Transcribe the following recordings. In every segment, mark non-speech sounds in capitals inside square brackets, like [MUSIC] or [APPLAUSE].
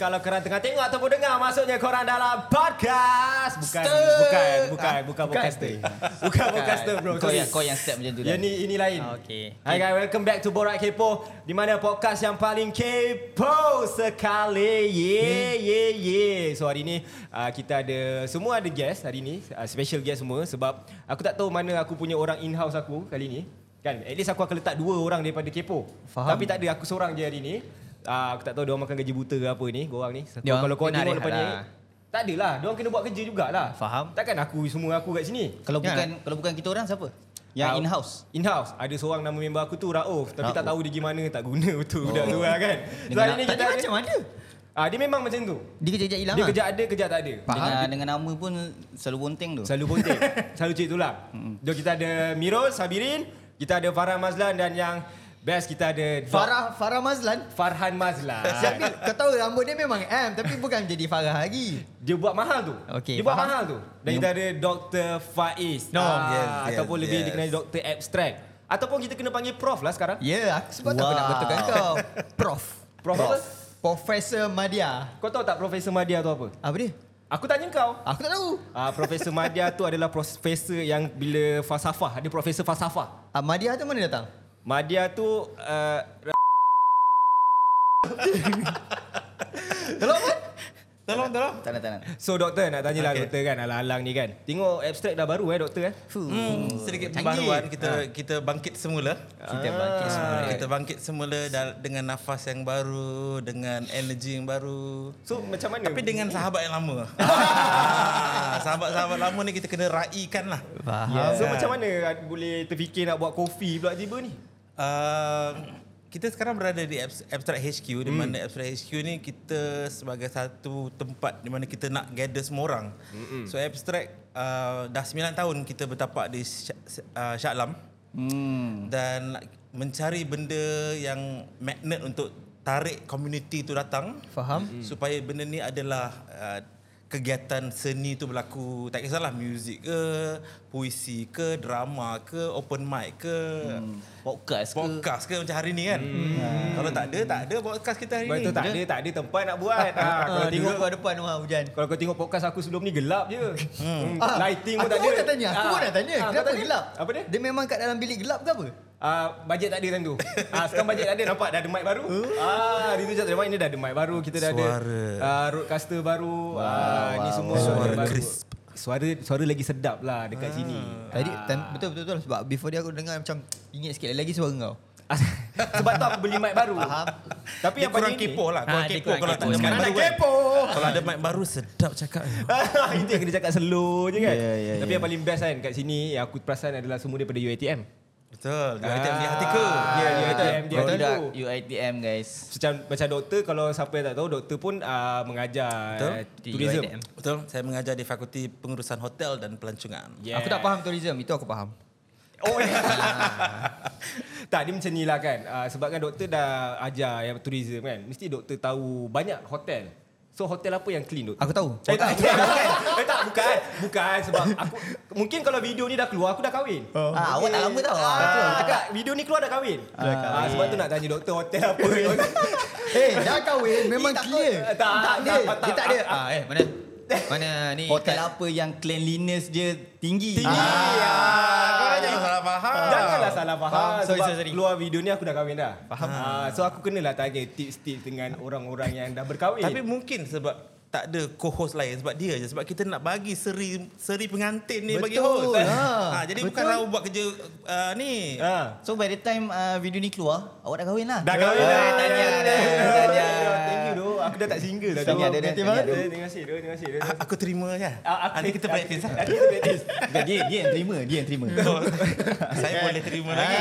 kalau korang tengah tengok ataupun dengar maksudnya korang dalam podcast. Bukan Stir. bukan Ah, bukan bukan bukan stay. Bukan bukan stay bro. Kau Sorry. yang, kau yang step macam tu Ya ni ini lain. Ah, okey. Hai guys, welcome back to Borak Kepo di mana podcast yang paling kepo sekali. Ye yeah, Hmm. ye yeah, ye. Yeah. So hari ni uh, kita ada semua ada guest hari ni, uh, special guest semua sebab aku tak tahu mana aku punya orang in house aku kali ni. Kan at least aku akan letak dua orang daripada Kepo. Faham. Tapi tak ada aku seorang je hari ni. Uh, aku tak tahu dia makan gaji buta ke apa ni, korang ni. Diorang Kalau kau tengok kena rehat lepas ni. lah. Tak adalah, dia orang kena buat kerja jugalah. Faham. Takkan aku semua aku kat sini. Kalau Kan? bukan kalau bukan kita orang siapa? Yang Ah, in-house. In-house. Ada seorang nama member aku tu Rauf. Tapi tak Rauf. tahu dia gimana. Tak guna [LAUGHS] betul oh. budak tu lah kan. So Dengan hari nak- ni tak kita dia ada, macam mana? Ah, dia memang macam tu. Dia kerja jejak hilang. Dia ah? kerja ada, kerja tak ada. Faham? Faham. Dengan, dengan nama pun selalu bonteng tu. Selalu bontek. Selalu cik tulang. Jom kita ada Mirul, Sabirin. Kita ada Farah Mazlan dan yang best kita ada Dok- Farah Farah Mazlan Farhan Mazlan. Tapi [LAUGHS] kau tahu rambut dia memang M Tapi bukan jadi Farah lagi Dia buat mahal tu. dia Okey, buat faham. mahal tu. Dan kita ada Dr. Faiz. No. yes, Yes, yes, yes, ataupun lebih yes. dikenali Dr. Abstract. Ataupun kita kena panggil Prof lah sekarang. Ya yeah, aku sebab wow. tak Wow. nak betulkan kau Prof Prof. apa? Profesor Madia Kau tahu tak Profesor Madia tu apa? Apa dia? Aku tanya kau. Aku tak tahu Ah, Profesor Madia tu adalah profesor yang bila falsafah, dia profesor falsafah. ah, Madia tu mana datang? Madia tu uh, Tolong kan? Tolong, tolong. Tak nak, tak nak. so doktor nak tanyalah okay. doktor kan alang-alang ni kan. Tengok abstrak dah baru eh doktor eh. Fuh. Hmm, sedikit Canggih. Ah. pembaruan kita kita bangkit semula. Kita bangkit semula. Ah, kita bangkit semula dal- dengan nafas yang baru, dengan energi yang baru. So macam mana? Tapi dengan sahabat yang [LAUGHS] lama. ah, sahabat-sahabat lama ni kita kena raikan lah. yeah. Ah, So macam mana boleh terfikir nak buat kopi pula tiba ni? Uh, kita sekarang berada di Abs- Abstract HQ di mana Abstract HQ ni kita sebagai satu tempat di mana kita nak gather semua orang. Mm-mm. So Abstract uh, dah 9 tahun kita bertapak di Sya- uh, Shah Alam mm. dan mencari benda yang magnet untuk tarik community tu datang Faham? mm. supaya benda ni adalah uh, kegiatan seni tu berlaku tak kisahlah muzik ke puisi ke drama ke open mic ke Podcast ke? podcast ke macam hari ni kan. Hmm. Kalau tak ada tak ada podcast kita hari Sebab ni. tu tak ada tak ada tempat nak buat. ha, kalau Ah, tengok Duduk kat depan rumah hujan kalau kau tengok podcast aku sebelum ni gelap je. Hmm. Ah, Lighting pun aku tak ada. pun nak tanya, aku Ah, pun nak tanya. ah, kau Kenapa tanya? gelap? Apa dia? Dia memang kat dalam bilik gelap ke apa? Ah, bajet tak ada time [LAUGHS] tu. Ah, sekarang bajet tak ada nampak dah ada mic baru. Ah, hari tu je tak ada mic ni dah ada mic baru. Kita dah ada Suara. ah, roadcaster baru. ah, ni semua wow. Suara baru. crisp. Ah. Suara suara lagi sedap lah dekat sini. [LAUGHS] Tadi Ah. time- betul betul betul sebab before dia aku dengar macam Ingat sikit lagi suara kau Ah, Sebab tu aku beli mic baru. Faham. Tapi Dia yang kurang paling kepo lah. Ah, Kurang dia kepo kurang kalau kepo. tak ada mic Sekarang baru. dah kan. kepo. [LAUGHS] Kalau ada mic baru sedap cakap. Itu yang kena cakap slow je kan. Ya, ya, Tapi yang paling best kan kat sini yang aku perasan adalah semua daripada UiTM. Betul. Dia hati dia hati ke. Ya, ya, UiTM dia Kalau tidak, dulu. UITM guys. Macam macam doktor kalau siapa yang tak tahu doktor pun ah, mengajar Betul. ah, Di tourism. UiTM. Betul. Ya, Saya mengajar di Fakulti Pengurusan Hotel dan Pelancongan. Yeah. Aku tak faham tourism Itu aku faham Oh [LAUGHS] ya. Ah. tak dia macam ni lah kan. Uh, sebab kan doktor dah ajar yang tourism kan. Mesti doktor tahu banyak hotel. So hotel apa yang clean doktor? Aku tahu Eh tak, bukan, [LAUGHS] bukan. Eh tak, bukan. Bukan sebab aku mungkin kalau video ni dah keluar aku dah kahwin. Ah, awak tak lama tau. Ah, Ah, betul. cakap video ni keluar dah kahwin. Ah, sebab tu nak tanya doktor hotel [LAUGHS] apa. Eh, dah kahwin memang Eh, tak clear. kot. Tak, dia. tak, tak. Dia tak ada. Ah, eh, mana? Mana ni? Hotel apa yang cleanliness dia tinggi? Tinggi. Ah, Kau dah jadi salah Ah. faham. Janganlah salah faham. Faham. Sorry, sebab sorry, sorry. keluar video ni aku dah kahwin dah. Faham. Ah, so aku kenalah tanya tips-tips dengan orang-orang yang dah berkahwin. Tapi mungkin sebab tak ada co-host lain sebab dia je sebab kita nak bagi seri seri pengantin ni bagi host. Betul, ha. Ha, jadi bukan Betul. Rau buat kerja uh, ni. ah. So by the time uh, video ni keluar, awak dah kahwin lah. Dah kahwin Eh, dah. Tanya dah. Tanya. Ah, Thank you doh. Aku dah tak single dah. Tanya doh. dia, dia, Terima tanya kasih, doh. Terima kasih doh. Terima kasih doh. Ah, Aku terima Ah, je. aku- Nanti kita aku- practice lah. Nanti kita practice. Dia, dia, dia yang terima, dia yang terima. Betul. Saya boleh terima [LAUGHS] lagi.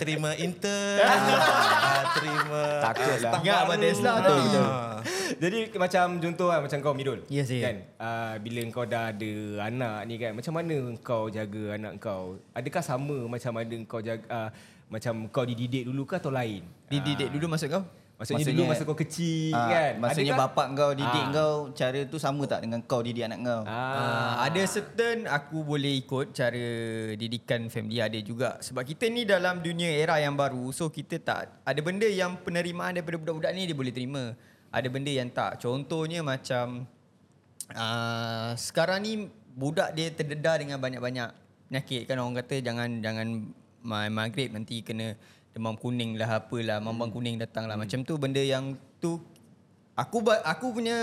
Terima intern. [LAUGHS] ah, lah. terima Takutlah. staff Ingat abang baru. Tesla tu. Ah. Jadi ke- macam contoh lah macam kau Mirul. Ya, saya. Kan? Uh, bila kau dah ada anak ni kan, macam mana kau jaga anak kau? Adakah sama macam ada kau jaga uh, macam kau dididik dulu ke atau lain? Ah. Dididik dulu masuk kau. Maksudnya, Maksudnya- dulu masa kau kecil Ah, kan. Maksudnya Adakah- bapak kau didik Ah. kau cara tu sama tak dengan kau didik anak kau? Ah. Ah, ada certain aku boleh ikut cara didikan family ada juga sebab kita ni dalam dunia era yang baru so kita tak ada benda yang penerimaan daripada budak-budak ni dia boleh terima. ada benda yang tak. Contohnya macam uh, sekarang ni budak dia terdedah dengan banyak-banyak penyakit kan orang kata jangan jangan ma- maghrib nanti kena demam kuning lah apalah mambang kuning datang lah macam tu benda yang tu aku ba- aku punya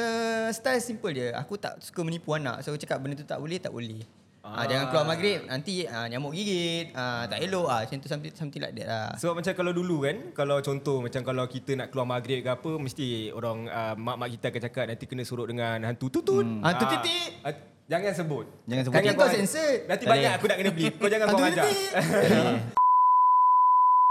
style simple je aku tak suka menipu anak so aku cakap benda tu tak boleh tak boleh ah. jangan keluar maghrib nanti ah, nyamuk gigit ah, tak elok ah macam tu something, something like that lah Ah. Sebab macam kalau dulu kan Kalau contoh Macam kalau kita nak keluar maghrib ke apa Mesti orang uh, Mak-mak kita akan cakap Nanti kena surup dengan hantu tutun hmm. Hantu titik. Jangan sebut Jangan sebut. Kan kau kau censored. Nanti Tak banyak boleh. aku nak kena beli Kau jangan Hantu kau ajar titik. [LAUGHS]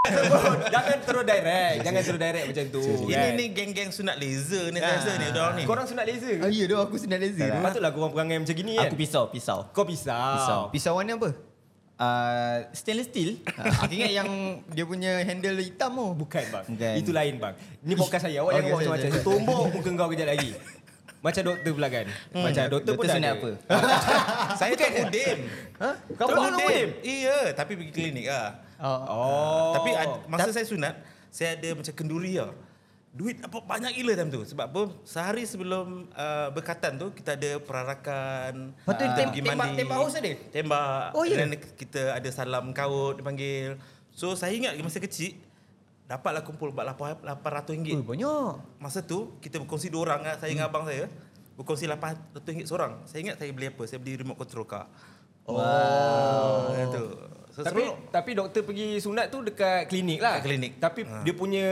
Sebut. Jangan terus direct Jangan terus direct macam tu kan? Ini ni geng-geng sunat laser ni saya rasa ni Ah. orang ni. Korang sunat laser Ah, ke? ya doh aku senang laser. Patutlah korang perangai macam gini kan Aku pisau, pisau. Kau pisau, Pisau. Ah, Pisau warna apa? Uh, stainless steel. Ah, aku ingat yang dia punya handle hitam tu. Bukan bang Bukan. Itu lain bang Ni podcast saya Awak Okey, jangan buat sorry, macam-macam sorry. Tumbuk muka kau kejap lagi Macam doktor pula kan Macam doktor pun Doktor dah sunat ada. apa? [LAUGHS] Saya tak udim. Ha? Kau Tok pun udim. Iya, tapi pergi klinik ah. Oh. Oh Tapi ad- masa saya sunat, saya ada macam kenduri lah. Duit apa banyak gila time tu. Sebab apa? Sehari sebelum uh, berkatan tu kita ada perarakan. Lepas tu kita tem- pergi tembak- mandi. tembak haus ada? Tembak. Oh, ya? Dan kita ada salam kaut dia panggil. So saya ingat masa kecil dapatlah kumpul buat Eh, RM800. banyak. Masa tu kita berkongsi dua orang lah, saya dengan Hmm. abang saya. Berkongsi RM800 seorang. Saya ingat saya beli apa? Saya beli remote control car. Oh. Wow. Itu. So, tapi seronok. tapi doktor pergi sunat tu dekat klinik lah. Dekat klinik. Tapi ha. dia punya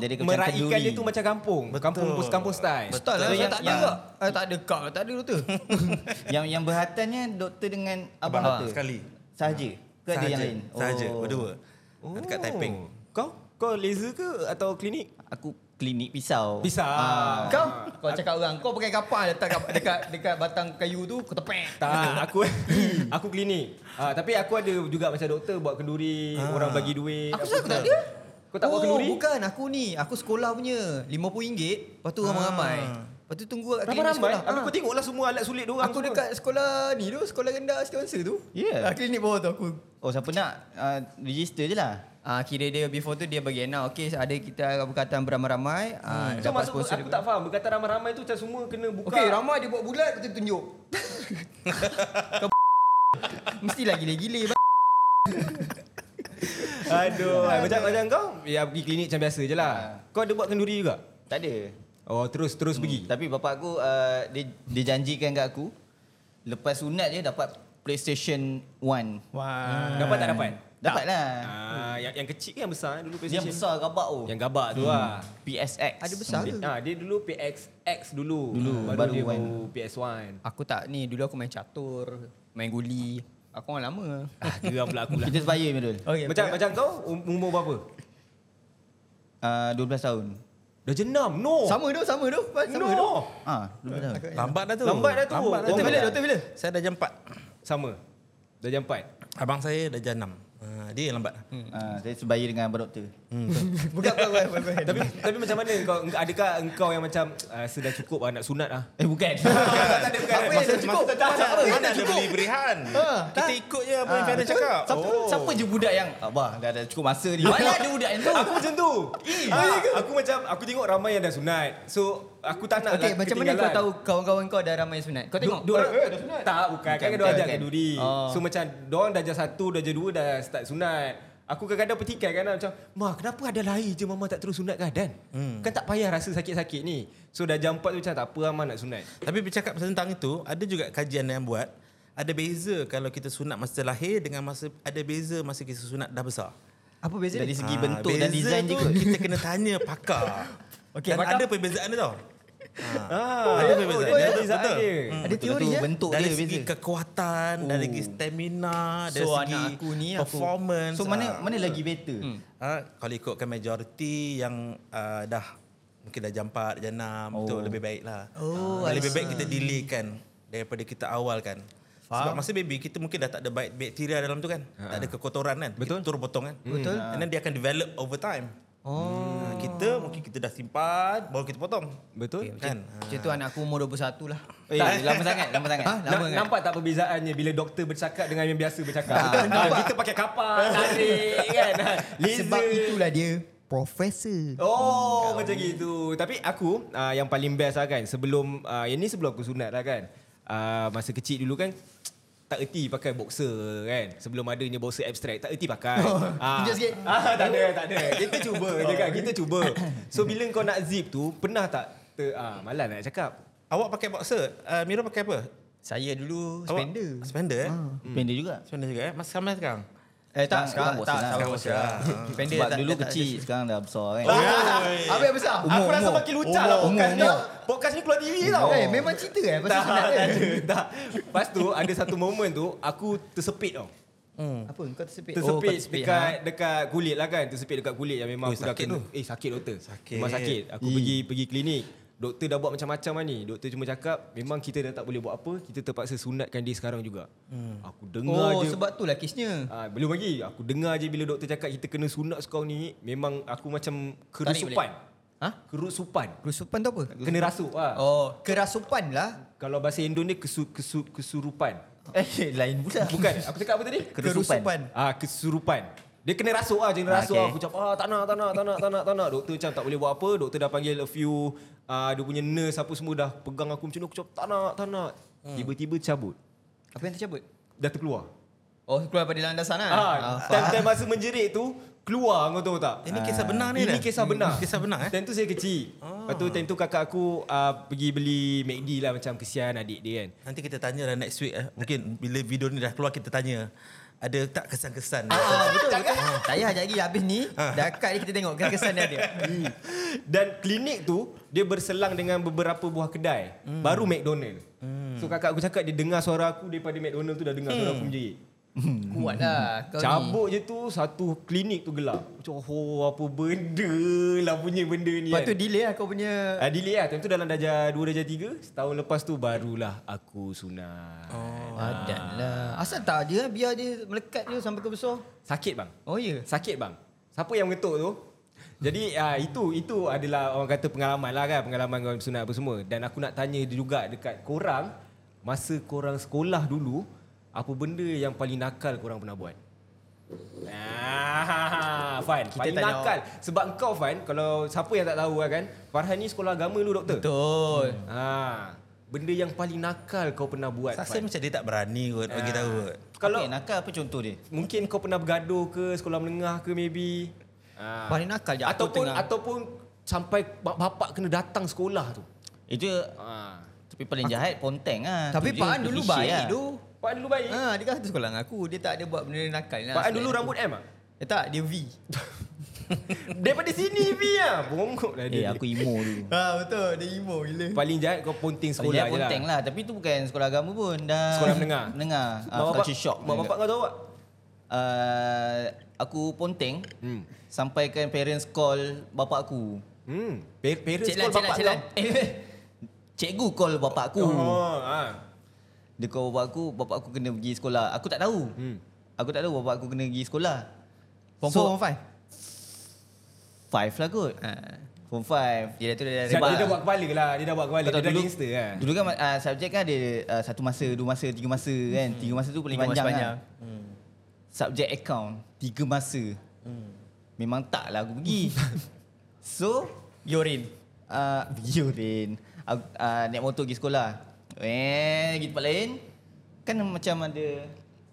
Jadi macam meraihkan kenduri. dia tu macam kampung. Betul. Kampung kampung style. Betul. Betul lah, So, saya yang- tak ada yang- kak. Eh, tak ada kak, tak ada doktor. yang yang berhatannya doktor dengan abang Abang doktor. sekali. Ya. Sahaja. Ke ada yang lain? Sahaja, berdua. Oh. Dekat Taiping. Kau kau laser ke atau klinik? Aku klinik pisau. Pisau. Ah. Kau? Kau cakap orang, kau pakai kapal letak kat, dekat, dekat batang kayu tu, kau tepek. Tak, aku [LAUGHS] aku klinik. Ah, tapi aku ada juga macam doktor buat kenduri, orang bagi duit. Aku apa rasa aku tak semua. ada. Kau tak buat kenduri? Oh, bukan. Aku ni. Aku sekolah punya. RM50. Lepas tu Ah. ramai-ramai. Lepas tu tunggu kat klinik Ramai-ramai. sekolah. Aku Ah. kau tengoklah semua alat sulit dia orang. Aku semua. Ha, dekat sekolah ni tu, sekolah rendah sponsor tu. Ya. Ah, klinik bawah tu aku. Oh, siapa nak uh, register je lah. Ah kira dia before tu dia bagi announce okey ada kita berkatan beramai-ramai ah Hmm. So maksud aku tak faham. Berkata ramai-ramai tu macam semua kena buka. Okey ramai dia buat bulat kita tunjuk. [LAUGHS] Kau [LAUGHS] Mestilah gila-gila bang. Aduh, macam macam kau ya pergi klinik macam biasa je lah. Kau ada buat kenduri juga? Tak ada. Oh, terus terus hmm. pergi. Tapi bapak aku uh, dia dia janjikan kat aku lepas sunat je dapat PlayStation 1. Wah. Dapat tak dapat? Dapat lah. Ah, Ha. yang yang kecil ke yang besar eh? dulu Dia PlayStation? besar gabak tu. Yang gabak tu lah. PSX. Ada besar ke? Ah, dia dulu PXX dulu. Dulu baru, baru dia one. baru PS1. Aku tak ni dulu aku main catur, main guli. Aku orang lama. [LAUGHS] Ah, geram pula aku lah. Kita sebaya Mirul. Okey. [LAUGHS] macam macam kau um- umur berapa? Uh, 12 tahun. Dah jenam. No. sama tu, sama tu. Sama no. tu. Ah, 12 tahun. Lambat dah tu. Lambat dah tu. Lambat dah Doktor tu. bila? Doktor bila? Saya dah jam 4. Sama. Dah jam 4. Abang saya dah jam 6. Uh, dia yang lambat. Ah, saya sebaya dengan abang doktor. Buka kau kau. tapi tapi macam mana kau adakah engkau yang macam ah, sudah cukup ah, nak sunat ah? [LAUGHS] Eh bukan. tak ada bukan. Apa yang dah cukup? Tak, tak, tak, Apa yang mana dah ada cukup? beli berihan. Ah, Kita tak. ikut je apa yang Fiana cakap. siapa, Oh. siapa je budak yang abah dah dah cukup masa ni. Banyak je budak yang tu. Aku macam tu. Ah, aku macam aku tengok ramai yang dah sunat. So aku tak nak Okey, lah macam mana kau ketinggalan. tahu kawan-kawan kau dah ramai sunat? Kau tengok. Dua orang eh, sunat. Tak, bukan. Kan dia bukan, ajak bukan. kenduri. Oh. So macam dia orang dah ajar satu, dah ajar dua, dah start sunat. Aku kadang-kadang petikai kan macam, "Ma, kenapa ada lahir je mama tak terus sunat kan Dan? Hmm. Kan tak payah rasa sakit-sakit ni." So dah jam 4 tu macam tak apa mama nak sunat. Tapi bercakap pasal tentang itu, ada juga kajian yang buat. Ada beza kalau kita sunat masa lahir dengan masa ada beza masa kita sunat dah besar. Apa beza? Dari dia? segi Ah, bentuk dan beza design je tu kot. Kita kena tanya pakar. Okey, Dan pakar- ada perbezaan dia tau. Ah, Ah, ada perbezaan. dia Betul. perbezaan dia. Hmm. Ada Betul teori tu, ya? Bentuk dari dia segi beza. kekuatan, dari segi stamina, dari So, segi anak aku ni, aku- performance. So mana Ah. mana lagi better? Hmm. Ah, kalau ikutkan majoriti yang ah, dah mungkin dah jam 4, jam 6 oh. tu lebih baik lah. Oh, lebih baik kita delaykan daripada kita awalkan. Sebab masa baby kita mungkin dah tak ada bak- bakteria dalam tu kan. Tak ada kekotoran kan. Betul. Kita turun potong kan. Betul. And then dia akan develop over time. Oh. kita mungkin kita dah simpan baru kita potong. Betul? Kan? Macam tu anak aku umur 21 lah. Eh, lama sangat, lama sangat. Ah, lama Na- kan? nampak tak perbezaannya bila doktor bercakap dengan [LAUGHS] yang biasa bercakap? Ah, kita pakai kapal, tarik kan. Laser. Sebab itulah dia profesor. Oh, macam gitu. Tapi aku uh, yang paling best lah kan. Sebelum uh, yang ni sebelum aku sunat lah kan. Uh, masa kecil dulu kan tak erti pakai boxer kan. Sebelum adanya boxer abstract tak erti [LAUGHS] pakai. Ah. tunjuk sikit. Ah, tak ada, tak ada. Kita [LAUGHS] cuba je kan. Kita cuba. So bila kau nak zip tu pernah tak ter, ah, malas nak cakap. Awak pakai boxer? Uh, Mira pakai apa? Saya dulu Awak- spender. Ah. Spender eh? Pendek juga. Spender juga eh? Masa sampai sekarang? Hmm. Eh tak, Sekarang sekarang tak, boxer lah. tak, Sekarang boxer lah. [LAUGHS] [LAUGHS] Pendek Sebab tak- dulu tak- tak- kecil, sekarang dah besar kan. Apa yang besar? Umur, Ah, aku rasa umur. makin lucah lah Umur, podcast ni. umur. Podcast ni keluar TV tau. Eh, memang cerita eh pasal tak, [LAUGHS] sunat tak dia. ada. Tak. Lepas tu ada satu momen tu aku tersepit tau. Hmm. Apa kau tersepit? Oh, Tersepit, kau tersepit dekat ha? dekat kulit lah kan. Tersepit dekat kulit yang memang Oi, aku dah sakit kena. tu. Eh sakit doktor. Sakit. Memang sakit. Aku pergi pergi klinik. Doktor dah buat macam-macam lah ni. Doktor cuma cakap memang kita dah tak boleh buat apa. Kita terpaksa sunatkan dia sekarang juga. Hmm. Aku dengar Oh, je. sebab tu lah kesnya. Ah, belum lagi. Aku dengar je bila doktor cakap kita kena sunat sekarang ni. Memang aku macam kerusupan. Ha? Kerusupan. Kerusupan tu apa? Kena rasuk lah. Oh, kerasupan lah. Kalau bahasa Indon dia kesu, kesu, kesurupan. [LAUGHS] Eh, lain pula. Bukan. Aku cakap apa tadi? Kerusupan. Ah kesurupan. Dia kena rasuk lah, kena rasuk okay. Okay. Aku cakap, ah, tak nak, tak nak, tak nak, tak nak, tak nak. Doktor macam tak boleh buat apa. Doktor dah panggil a few, uh, dia punya nurse apa semua dah pegang aku macam ni. Aku cakap, tak nak, tak nak. Hmm. Tiba-tiba cabut. Apa yang tercabut? Dah terkeluar. Oh, keluar pada landasan lah. Ah, Ah, time, time masa menjerit tu, keluar kau tahu tak? Ah, Ini kisah benar ni Ini dah? kisah benar. Kisah benar eh? Ah. Time tu saya kecil. Lepas tu time tu kakak aku uh, pergi beli McD lah macam kesian adik dia kan. Nanti kita tanya lah next week eh. Mungkin bila video ni dah keluar kita tanya. Ada tak kesan-kesan? Ah, betul, betul. Ah, Tak payah sekejap lagi habis ni. Ah. Dah cut ni kita tengok kesan [LAUGHS] dia ada. Hmm. Dan klinik tu dia berselang dengan beberapa buah kedai, hmm. baru McDonald. Hmm. So kakak aku cakap dia dengar suara aku daripada McDonald tu dah dengar suara aku menjerit. Kuat lah kau Cabut je tu satu klinik tu gelap. Macam oh apa benda lah punya benda ni. ni. Lepas kan. tu delay lah kau punya... Ah, delay lah. Time tu dalam darjah 2, darjah 3. Setahun lepas tu barulah aku sunat. Oh. Padan lah. Asal tak dia biar dia melekat dia sampai ke besar. Sakit bang. Oh ya. Sakit bang. Siapa yang mengetuk tu? Jadi uh, itu itu adalah orang kata pengalaman lah kan pengalaman kau sunat apa semua dan aku nak tanya juga dekat korang masa korang sekolah dulu apa benda yang paling nakal korang pernah buat? Ah, Fan, kita paling tanya nakal sebab kau Fan kalau siapa yang tak tahu lah kan Farhan ni sekolah agama dulu doktor. Betul. Ha, benda yang paling nakal kau pernah buat Sasa Fan. macam dia tak berani kot Ah. bagi tahu kot. Kalau Kalau nakal apa contoh dia? mungkin kau pernah bergaduh ke sekolah menengah ke maybe. Ha. Paling nakal je aku ataupun tengah- ataupun sampai bap- bapak kena datang sekolah tu. Itu Ha. tapi paling jahat ponteng ah. Tapi Tu je, Pak An dia dulu fishy baik lah. tu. Pak An dulu baik. Ha. Ha, dia kan satu sekolah dengan aku. Dia tak ada buat benda nakal lah. Pak An dulu rambut M ah. Eh tak, [LAUGHS] dia V. Daripada sini V ah. Bongkok dah Eh, dia. aku emo [LAUGHS] dulu. ha, betul. Dia emo gila. Paling jahat kau ponting Paling sekolah jahat je lah. ponteng lah. Tapi tu bukan sekolah agama pun. lah. Dah Sekolah menengah? Menengah. Mak Ah, bapak, culture shock. mak bapak kau tahu tak? Ah, aku ponteng. Hmm. Sampaikan parents call bapak aku. Hmm. Pa- Parents Cik Lan, call Cik Lan, bapak Cik kau. Lan. Eh. Cikgu call bapak aku. Oh, ha. Dia call bapak aku, bapak aku kena pergi sekolah. Aku tak tahu. Hmm. Aku tak tahu bapak aku kena pergi sekolah. Form 4, So- form 5. Five lah kot. Ha. Form five. Dia dah tu dia Dia dah dah rebah. buat kepala lah. Dia dah buat kepala. Kau Dia tahu dah dulu- gangster kan. Dulu kan uh, subjek kan ada uh, satu masa, dua masa, tiga masa kan. Hmm. Tiga masa tu paling Tiga masa panjang, panjang. panjang. Kan. Subjek account, tiga masa. Hmm. Memang tak lah aku [LAUGHS] pergi. so, Yorin. uh, [LAUGHS] pergi Urin. Aku, uh, naik motor pergi sekolah. Eh, pergi tempat lain. Kan macam ada,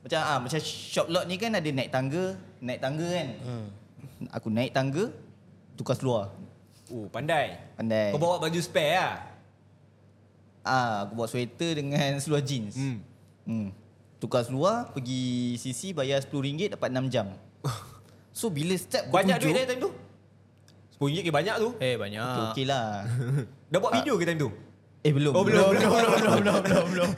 macam ah macam shop lot ni kan ada naik tangga, naik tangga kan. Hmm. Aku naik tangga, tukar seluar. Oh, pandai. Eh. Pandai. Kau bawa baju spare lah. Ah, aku buat sweater dengan [LAUGHS] seluar jeans. Hmm. Hmm. hmm. Tukar seluar, pergi CC bayar RM10 dapat [LAUGHS] 6 jam. So bila step Banyak duit dah time tu? Ah. RM10 ke banyak tu? Eh Ah. banyak. Okay, okay lah. Dah buat video ke time tu? eh belum. Oh, belum. belum, belum, belum, belum, [LAUGHS] belum.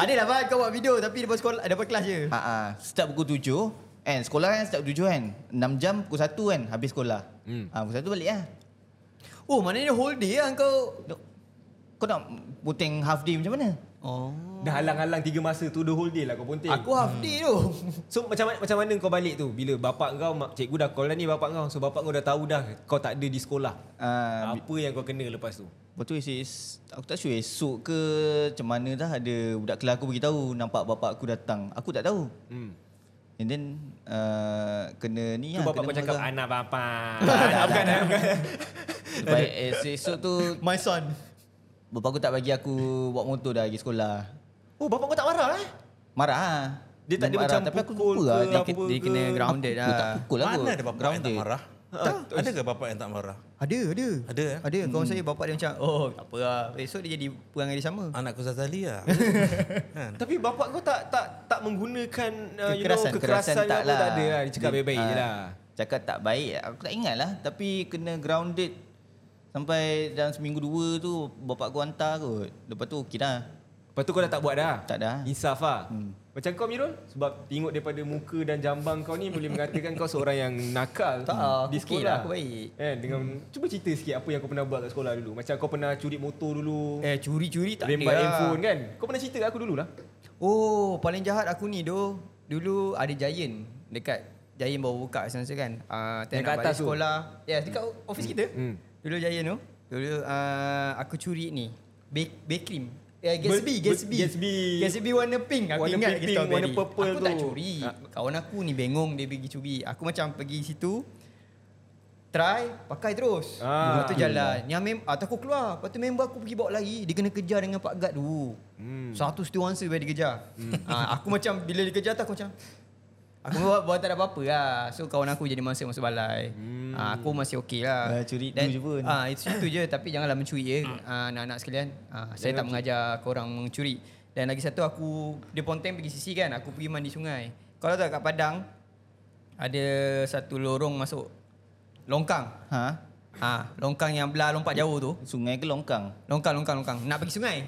Ada lah Fahad kau buat video tapi depan sekolah, depan kelas je. Ha ah, start pukul 7 kan sekolah kan start pukul 7 kan. 6 jam pukul 1 kan habis sekolah. Hmm. Ah, pukul 1 balik lah. Oh, maknanya whole day lah kau. Dok, Kau nak puting half day macam mana? Oh. Dah halang-halang tiga masa tu the whole day lah kau ponting. Aku half day [LAUGHS] tu. So macam mana, macam mana kau balik tu bila bapak kau mak cikgu dah call dah ni bapak kau. So bapak kau dah tahu dah kau tak ada di sekolah. Ah, Apa yang kau kena lepas tu? Lepas tu esok, aku tak sure esok ke macam mana dah ada budak kelas aku beritahu nampak bapak aku datang. Aku tak tahu. Hmm. And then uh, kena ni Tu bapak kena kau cakap memegang. anak bapak. Tak, tak, Anak [LAUGHS] bukan tak. eh, bukan. [LAUGHS] Baik, eh, so, esok tu My son. Bapak aku tak bagi aku bawa motor dah pergi sekolah Oh bapak kau tak marah eh? Marah lah Dia tak ada marah. macam Tapi aku pukul lupa lah ke Dia apa Dia, ke? ke- dia kena grounded Aku tak lah. pukul lah Mana kot. ada bapa yang Grounded. tak marah? Tak, ada ke bapa yang tak marah? Ada, ada. Ada, eh? Ada. Kawan saya bapak dia macam, oh tak apa lah. Esok dia jadi perangai dia sama. Anak Zazali [LAUGHS] lah. Hmm. kan? Tapi bapak kau tak tak tak menggunakan uh, you know, kekerasan, kekerasan ke apa tak ada lah. Dia cakap baik-baik je ah, lah. Cakap tak baik, aku tak ingat lah. Tapi kena grounded sampai dalam seminggu dua tu bapak aku hantar kot. Lepas tu okey dah. Lepas tu kau dah tak buat dah? Tak dah. Insaf lah. Macam kau Mirul? Sebab tengok daripada muka dan jambang kau ni boleh mengatakan kau seorang yang nakal Tak, aku di okey sekolah. lah, aku baik. Kan, dengan, Hmm. cuba cerita sikit apa yang kau pernah buat kat sekolah dulu. Macam kau pernah curi motor dulu. Eh, curi-curi tak rembat ada lah. handphone kan. Kau pernah cerita kat aku dulu lah. Oh, paling jahat aku ni doh. Dulu ada Giant dekat Giant baru buka semasa kan. Ah, uh, Yang kat nak atas balik tu? sekolah. Ya, yes, dekat office kita. Hmm. Dulu Giant tu. Dulu uh, aku curi ni. Bake bake cream. Ya, Ber- ber- Gatsby, Gatsby. Gatsby. Gatsby warna pink. Aku Warna ingat pink, lagi pink, strawberry. warna purple Aku tak tu. curi. Ah. Kawan aku ni bengong dia pergi curi. Aku macam pergi situ. Try, pakai terus. Ah. Ah. Lepas tu jalan. Yang mem atau aku keluar. Lepas tu member aku pergi bawa lagi. Dia kena kejar dengan Pak Gad dulu. Hmm. Satu setiauansa biar dikejar. [LAUGHS] Hmm. Ha, aku macam bila dikejar tu aku macam Aku buat, buat tak ada apa-apa lah. So kawan aku jadi masa masuk balai. Hmm. Ha, aku masih okey lah. Ah, curi Dan- tu je pun. Ah, itu, itu je tapi janganlah mencuri ya. Ah, anak-anak sekalian. Ah, saya tak mengajar korang mencuri. Dan lagi satu aku dia ponteng pergi sisi kan. Aku pergi mandi sungai. Kalau tak kat Padang ada satu lorong masuk longkang. Ha? Ha, longkang yang belah lompat jauh tu. Sungai ke longkang? Longkang, longkang, longkang. Nak pergi sungai.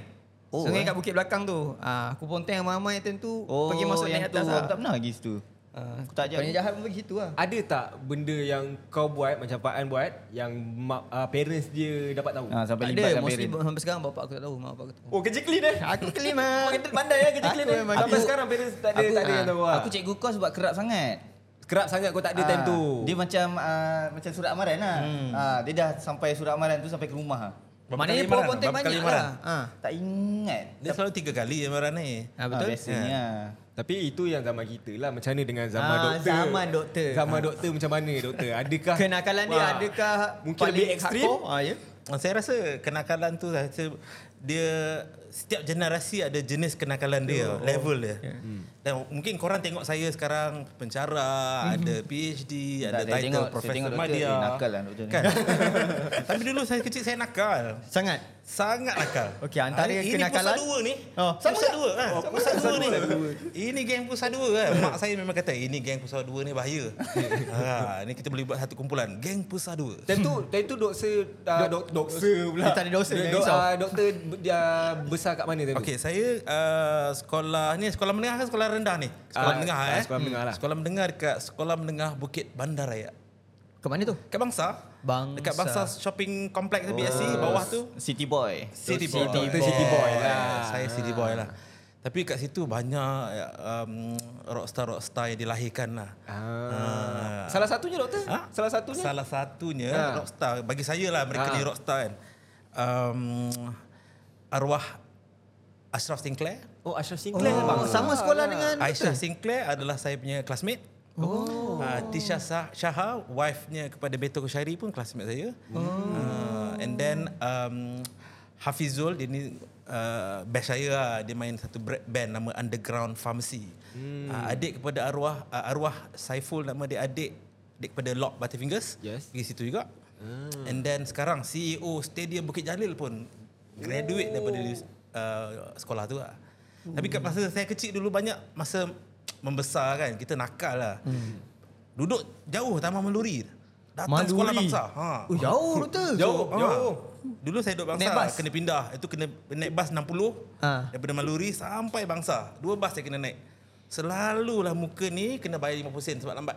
Oh, Oh, sungai eh. eh. kat bukit belakang tu. Ha, aku ponteng ramai tentu oh, pergi masuk yang naik atas tu. lah. Aku tak pernah pergi situ. Aku tak tak ajak. Paling jahat pun pergi situ lah. Ada tak benda yang kau buat macam Pak An buat yang mak, uh, parents dia dapat tahu? Ha, sampai Tak libatkan ada, mostly parent. sampai sekarang bapak aku tak tahu, mak bapak aku tak tahu. Oh kerja clean eh? Aku clean lah. Kau kata pandai eh kerja Aku clean eh? memang Sampai aku- sekarang parents tak ada, tak ada ah, yang tahu lah. Aku cikgu kos sebab kerap sangat. Kerap sangat kau tak ada time Ah, tu. Hmm. Dia macam ah, macam surat amaran lah. Ah, dia dah sampai surat amaran tu sampai ke rumah. Berapa Maknanya kali power marah? ponteng Berapa kali banyak marah? lah. Ha. Tak ingat. Dia selalu tiga kali yang marah ni. ha betul? Ah, biasanya. Tapi itu yang zaman kita lah. Macam mana dengan zaman Ah, doktor? zaman doktor. Zaman doktor macam mana doktor? Adakah? Kenakalan Ah. dia Wah, adakah Mungkin lebih ekstrim? Ha, ya. Saya rasa kenakalan tu rasa dia setiap generasi ada jenis kenakalan dia, level dia. Dan mungkin korang tengok saya sekarang pencara, ada PhD, Tak, ada saya tengok- title saya Profesor tengok doktor, Madia. eh, nakal lah doktor ni. Kan? [LAUGHS] Tapi dulu saya kecil saya nakal. Sangat. Sangat nakal. Okey, antara Ah, kenakalan- Ini pusat dua ni. Oh. Sama pusat dua. Ha. pusat dua ni. Ini geng pusat dua. Kan? Mak saya memang kata, ini geng pusat dua ni bahaya. [LAUGHS] ha, ni kita boleh buat satu kumpulan. Geng pusat dua. Time tu, time tu doktor, uh, dok, doktor pula. Dia tak ada doktor, jangan dok, risau. uh, doktor dia besar kat mana time tu? Okey, saya uh, sekolah ni sekolah menengah ke sekolah rendah ni? Sekolah Ah, menengah ah, eh. sekolah menengah lah. Sekolah menengah dekat sekolah menengah Bukit Bandaraya. Ke mana tu? Kat Bangsa? Bangsa. Dekat Bangsa shopping complex oh. BSC bawah tu Ah, City boy. City City Boy. Boy. City Boy lah. Saya City Boy lah. Tapi kat situ banyak um, rockstar-rockstar yang dilahirkan lah. Ah. Salah satunya doktor? Ha? Salah satunya? Salah satunya Ha. rockstar. Bagi saya lah mereka Ha. ni rockstar kan. Um, arwah Ashraf Sinclair. Ah, Oh, Ashraf Sinclair. Oh, bang. sama sekolah dengan Aisyah Sinclair adalah saya punya classmate. Oh. Uh, Tisha Sah- Shaha, wife-nya kepada Beto Koshairi pun classmate saya. Oh. Uh, and then um, Hafizul, dia ni uh, best saya lah. Dia main satu bra- band nama Underground Pharmacy. Hmm. Uh, adik kepada arwah, uh, arwah Saiful nama dia adik. Adik kepada Lock Butterfingers. Yes. Pergi situ juga. And then sekarang CEO Stadium Bukit Jalil pun graduate daripada uh, sekolah tu lah. Tapi kat masa saya kecil dulu banyak masa membesar kan, kita nakal lah. Duduk jauh Taman Meluri. Datang Maluri. sekolah bangsa. Ha. Oh, jauh doktor. Jauh, Ah. jauh. Dulu saya duduk Naik bas. bangsa, kena pindah. Itu kena naik bas 60 Ha. daripada Maluri sampai bangsa. Dua bas saya kena naik. Selalulah muka ni kena bayar 50 sen sebab lambat.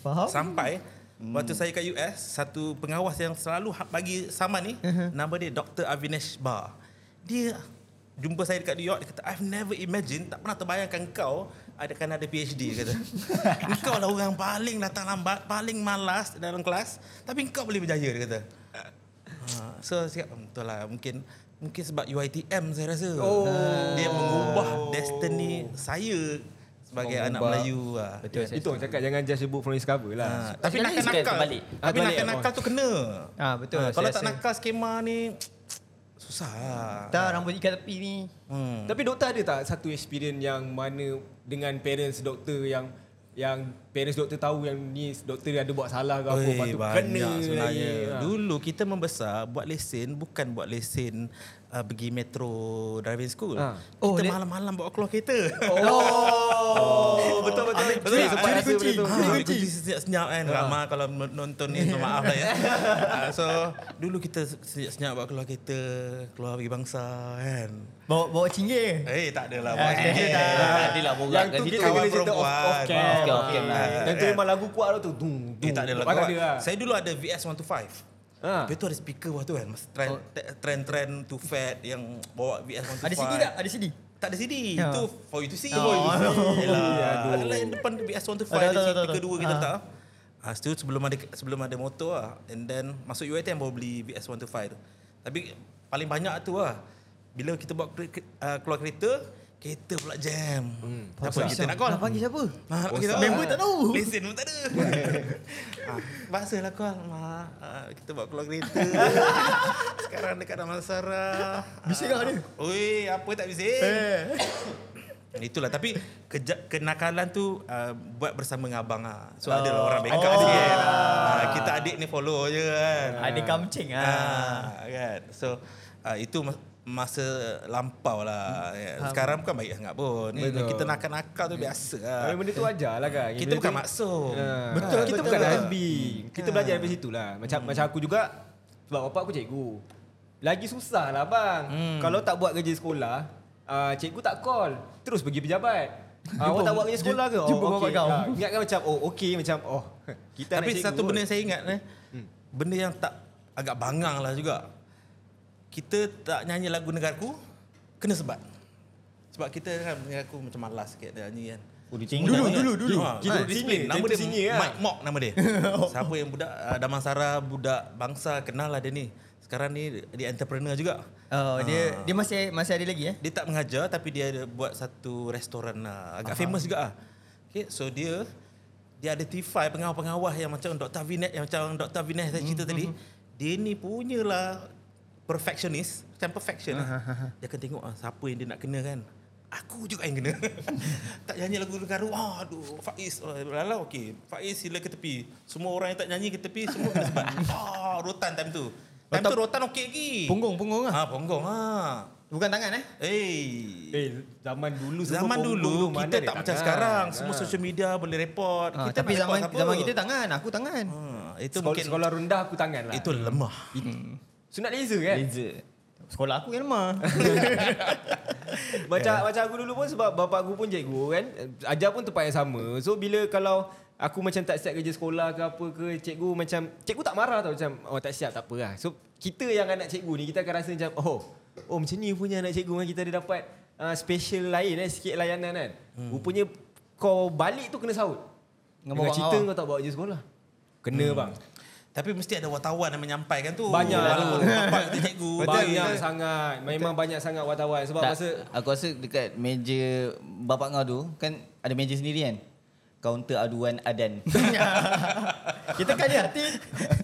Faham? Sampai waktu saya kat US, satu pengawas yang selalu ha- bagi saman ni, uh-huh. nama dia Dr. Avinesh Bar. Dia jumpa saya dekat New York, dia kata, I've never imagined, tak pernah terbayangkan kau ada kan ada PhD, dia kata. kau lah orang paling datang lambat, paling malas dalam kelas, tapi kau boleh berjaya, dia kata. Ha, so saya cakap, "Hmm, betul lah, mungkin Mungkin sebab UiTM saya rasa. Oh. Dia mengubah destiny saya sebagai Orang anak berubah. Melayu lah. Betul. saya Itu setuju. cakap jangan just the book from his cover Ha, lah. Sekali tapi sekali nakal-nakal. terbalik. Tapi Terbalik, nakal-nakal tu kena. Ah betul. Ha, kalau saya tak rasa. nakal skema ni susah lah. tak rambut ikat tepi ni. Hmm. Tapi doktor ada tak satu experience yang mana dengan parents doktor yang yang parents doktor tahu yang ni doktor ada buat salah ke apa Oi, lepas tu banyak kena sebenarnya. lagi. Ha. Dulu kita membesar buat lesen bukan buat lesen uh, pergi metro driving school. Ha. Oh, Oh, kita dia- malam-malam bawa keluar kereta. Oh, [LAUGHS] betul [LAUGHS] betul. Betul tak? Sempat Curi rasa kunci. benda tu. Ah, Curi kunci senyap-senyap kan. Ramah kalau men- nonton ni minta maaf lah [LAUGHS] ya. Ah, so dulu kita senyap-senyap buat keluar kereta, keluar pergi bangsa kan. Bawa bawa cinggir. Eh tak adalah Ah, buat macam eh, tu. Tak adalah lah, borak Yang kat tu situ. kita kawan kena cerita off, perempuan. off cam. Off cam, off cam lah. Ah, Yang tu memang lagu kuat lah tu. Dung, dung. Eh tak Oh, adalah Bagus kawan. dia lah. Saya dulu ada VS 125. Ha. Lepas tu ada speaker waktu kan masa trend te- trend-trend to fat yang bawa VS 125. Oh. Ada CD tak? Ada CD. Tak ada CD. Ya. Itu for you to see. Oh, For you to see. no. Yelah. Aduh. [LAUGHS] Adalah yang depan BS 125 Ada, ada ada, ada, CD ada. kedua kita Ah. letak. Ah, ha, sebelum ada sebelum ada motor lah. And then masuk UiTM baru beli BS 125 tu. Tapi paling banyak tu lah. Bila kita buat kre- ke- ah, keluar kereta, kereta pula jam. Hmm. Apa kita nak call? Nak panggil siapa? Mak, Rosak. kita Ah, Member tak tahu. Lesen pun tak [LAUGHS] ada. ah, bahasa lah call. Mak, ah, kita buat keluar [LAUGHS] kereta. Sekarang dekat Damansara. Ah. Bising Eh. tak dia? Oi, apa tak bising? [COUGHS] Itulah tapi keja- kenakalan tu uh, buat bersama dengan abang lah. So oh. adalah orang backup oh. sikit. Ah, kita adik ni follow je kan. Ada kamcing ah. Ah, kan. So uh, itu mas- masa lampau lah. kan. Hmm. Sekarang bukan baik sangat pun. Ni Betul. Kita nakal-nakal tu biasa lah. Tapi benda tu ajar lah kan. Kita bukan tu- maksud. Ha. Betul, Kita betul. bukan kambing. Ha. Kita belajar dari situ lah. Macam Hmm. macam aku juga sebab bapak aku cikgu. Lagi susah lah bang. Hmm. Kalau tak buat kerja sekolah, ah, cikgu tak call. Terus pergi pejabat. Ah, awak tak buat kerja sekolah ke? Jumpa bapak kau. Ah, ingatkan macam, oh okey macam, oh [LAUGHS] kita Tapi anak cikgu satu kot. benda yang saya ingat eh. Benda yang tak agak bangang lah juga. Kita tak nyanyi lagu negaraku kena sebat. Sebab kita kan negaraku macam malas sikit dia nyanyi kan. Dulu, Budak ni kan? dulu, dulu. Ha, kita Ah, disiplin. senior, Nama time dia tu senior lah. Mike Mock nama dia. Siapa yang budak uh, Damansara, budak bangsa kenal lah dia ni. Sekarang ni dia entrepreneur juga. Ha. Oh, dia dia masih masih ada lagi eh. Dia tak mengajar tapi dia ada buat satu restoran lah. Agak Aha. famous juga lah. Okay, so dia dia ada T5 pengawas-pengawas yang macam Dr. Vinet yang macam Dr. Vinet saya cerita tadi. Dia ni punyalah perfectionist, macam perfection lah. Dia akan tengok ah, siapa yang dia nak kena kan. Aku juga yang kena. [LAUGHS] tak nyanyi lagu Garu. Ah, aduh, Faiz. Oh, Lala, okey. Faiz sila ke tepi. Semua orang yang tak nyanyi ke tepi, semua kena sebab. [LAUGHS] Ah, rotan time tu. Time tu rotan okey lagi. Punggung, punggung lah. Ah, ponggong ah. Bukan tangan eh. Eh. Eh, zaman dulu sebelum Zaman pokok tu, dulu mana kita ada tak macam tangan? sekarang. Semua Ah. social media boleh report. Ah, Kita tapi nak report zaman siapa? zaman kita tangan, aku tangan. Ah, itu Sekol- mungkin sekolah rendah aku tangan lah. itu lemah. Sunat laser kan? Laser. Sekolah aku yang lemah. Macam yeah. macam aku dulu pun sebab bapak aku pun cikgu kan. eh, Ajar pun tempat yang sama. So bila kalau aku macam tak siap kerja sekolah ke apa ke cikgu macam cikgu tak marah tau macam oh tak siap tak apa lah. So kita yang anak cikgu ni kita akan rasa macam oh oh macam ni punya anak cikgu kan kita ada dapat uh, special lain eh sikit layanan kan. Hmm. Rupanya kau balik tu kena saut. Dengan Dengan bawa cerita awak. kau tak bawa je sekolah. Kena hmm. bang. Tapi mesti ada wartawan yang menyampaikan tu. Banyak tu. Walaupun bapak kita cikgu. [LAUGHS] banyak sangat. Memang banyak sangat wartawan sebab tak, masa Aku rasa dekat meja bapak kau tu kan ada meja sendiri kan. Kaunter aduan adan. Kita kan dia hati.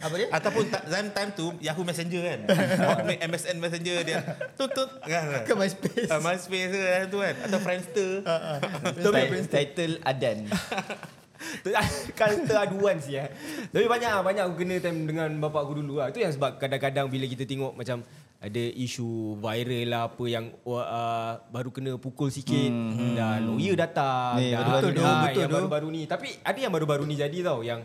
Apa dia? Ataupun ta- time, time tu Yahoo Messenger [LAUGHS] kan. Hotmail, MSN Messenger dia. Tut tut kan. Ke Ah. MySpace. Ah, MySpace tu kan, tu kan. Atau Friendster. Ti- Title adan. [LAUGHS] Kalter aduan kan sih eh. Tapi banyak lah, banyak aku kena time dengan bapak aku dulu lah. Itu yang sebab kadang-kadang bila kita tengok macam ada isu viral lah apa yang uh, baru kena pukul sikit hmm. dah lawyer datang Eh, dah betul ada tu, lah Ah, betul yang tu. baru-baru ni tapi ada yang baru-baru ni jadi tau yang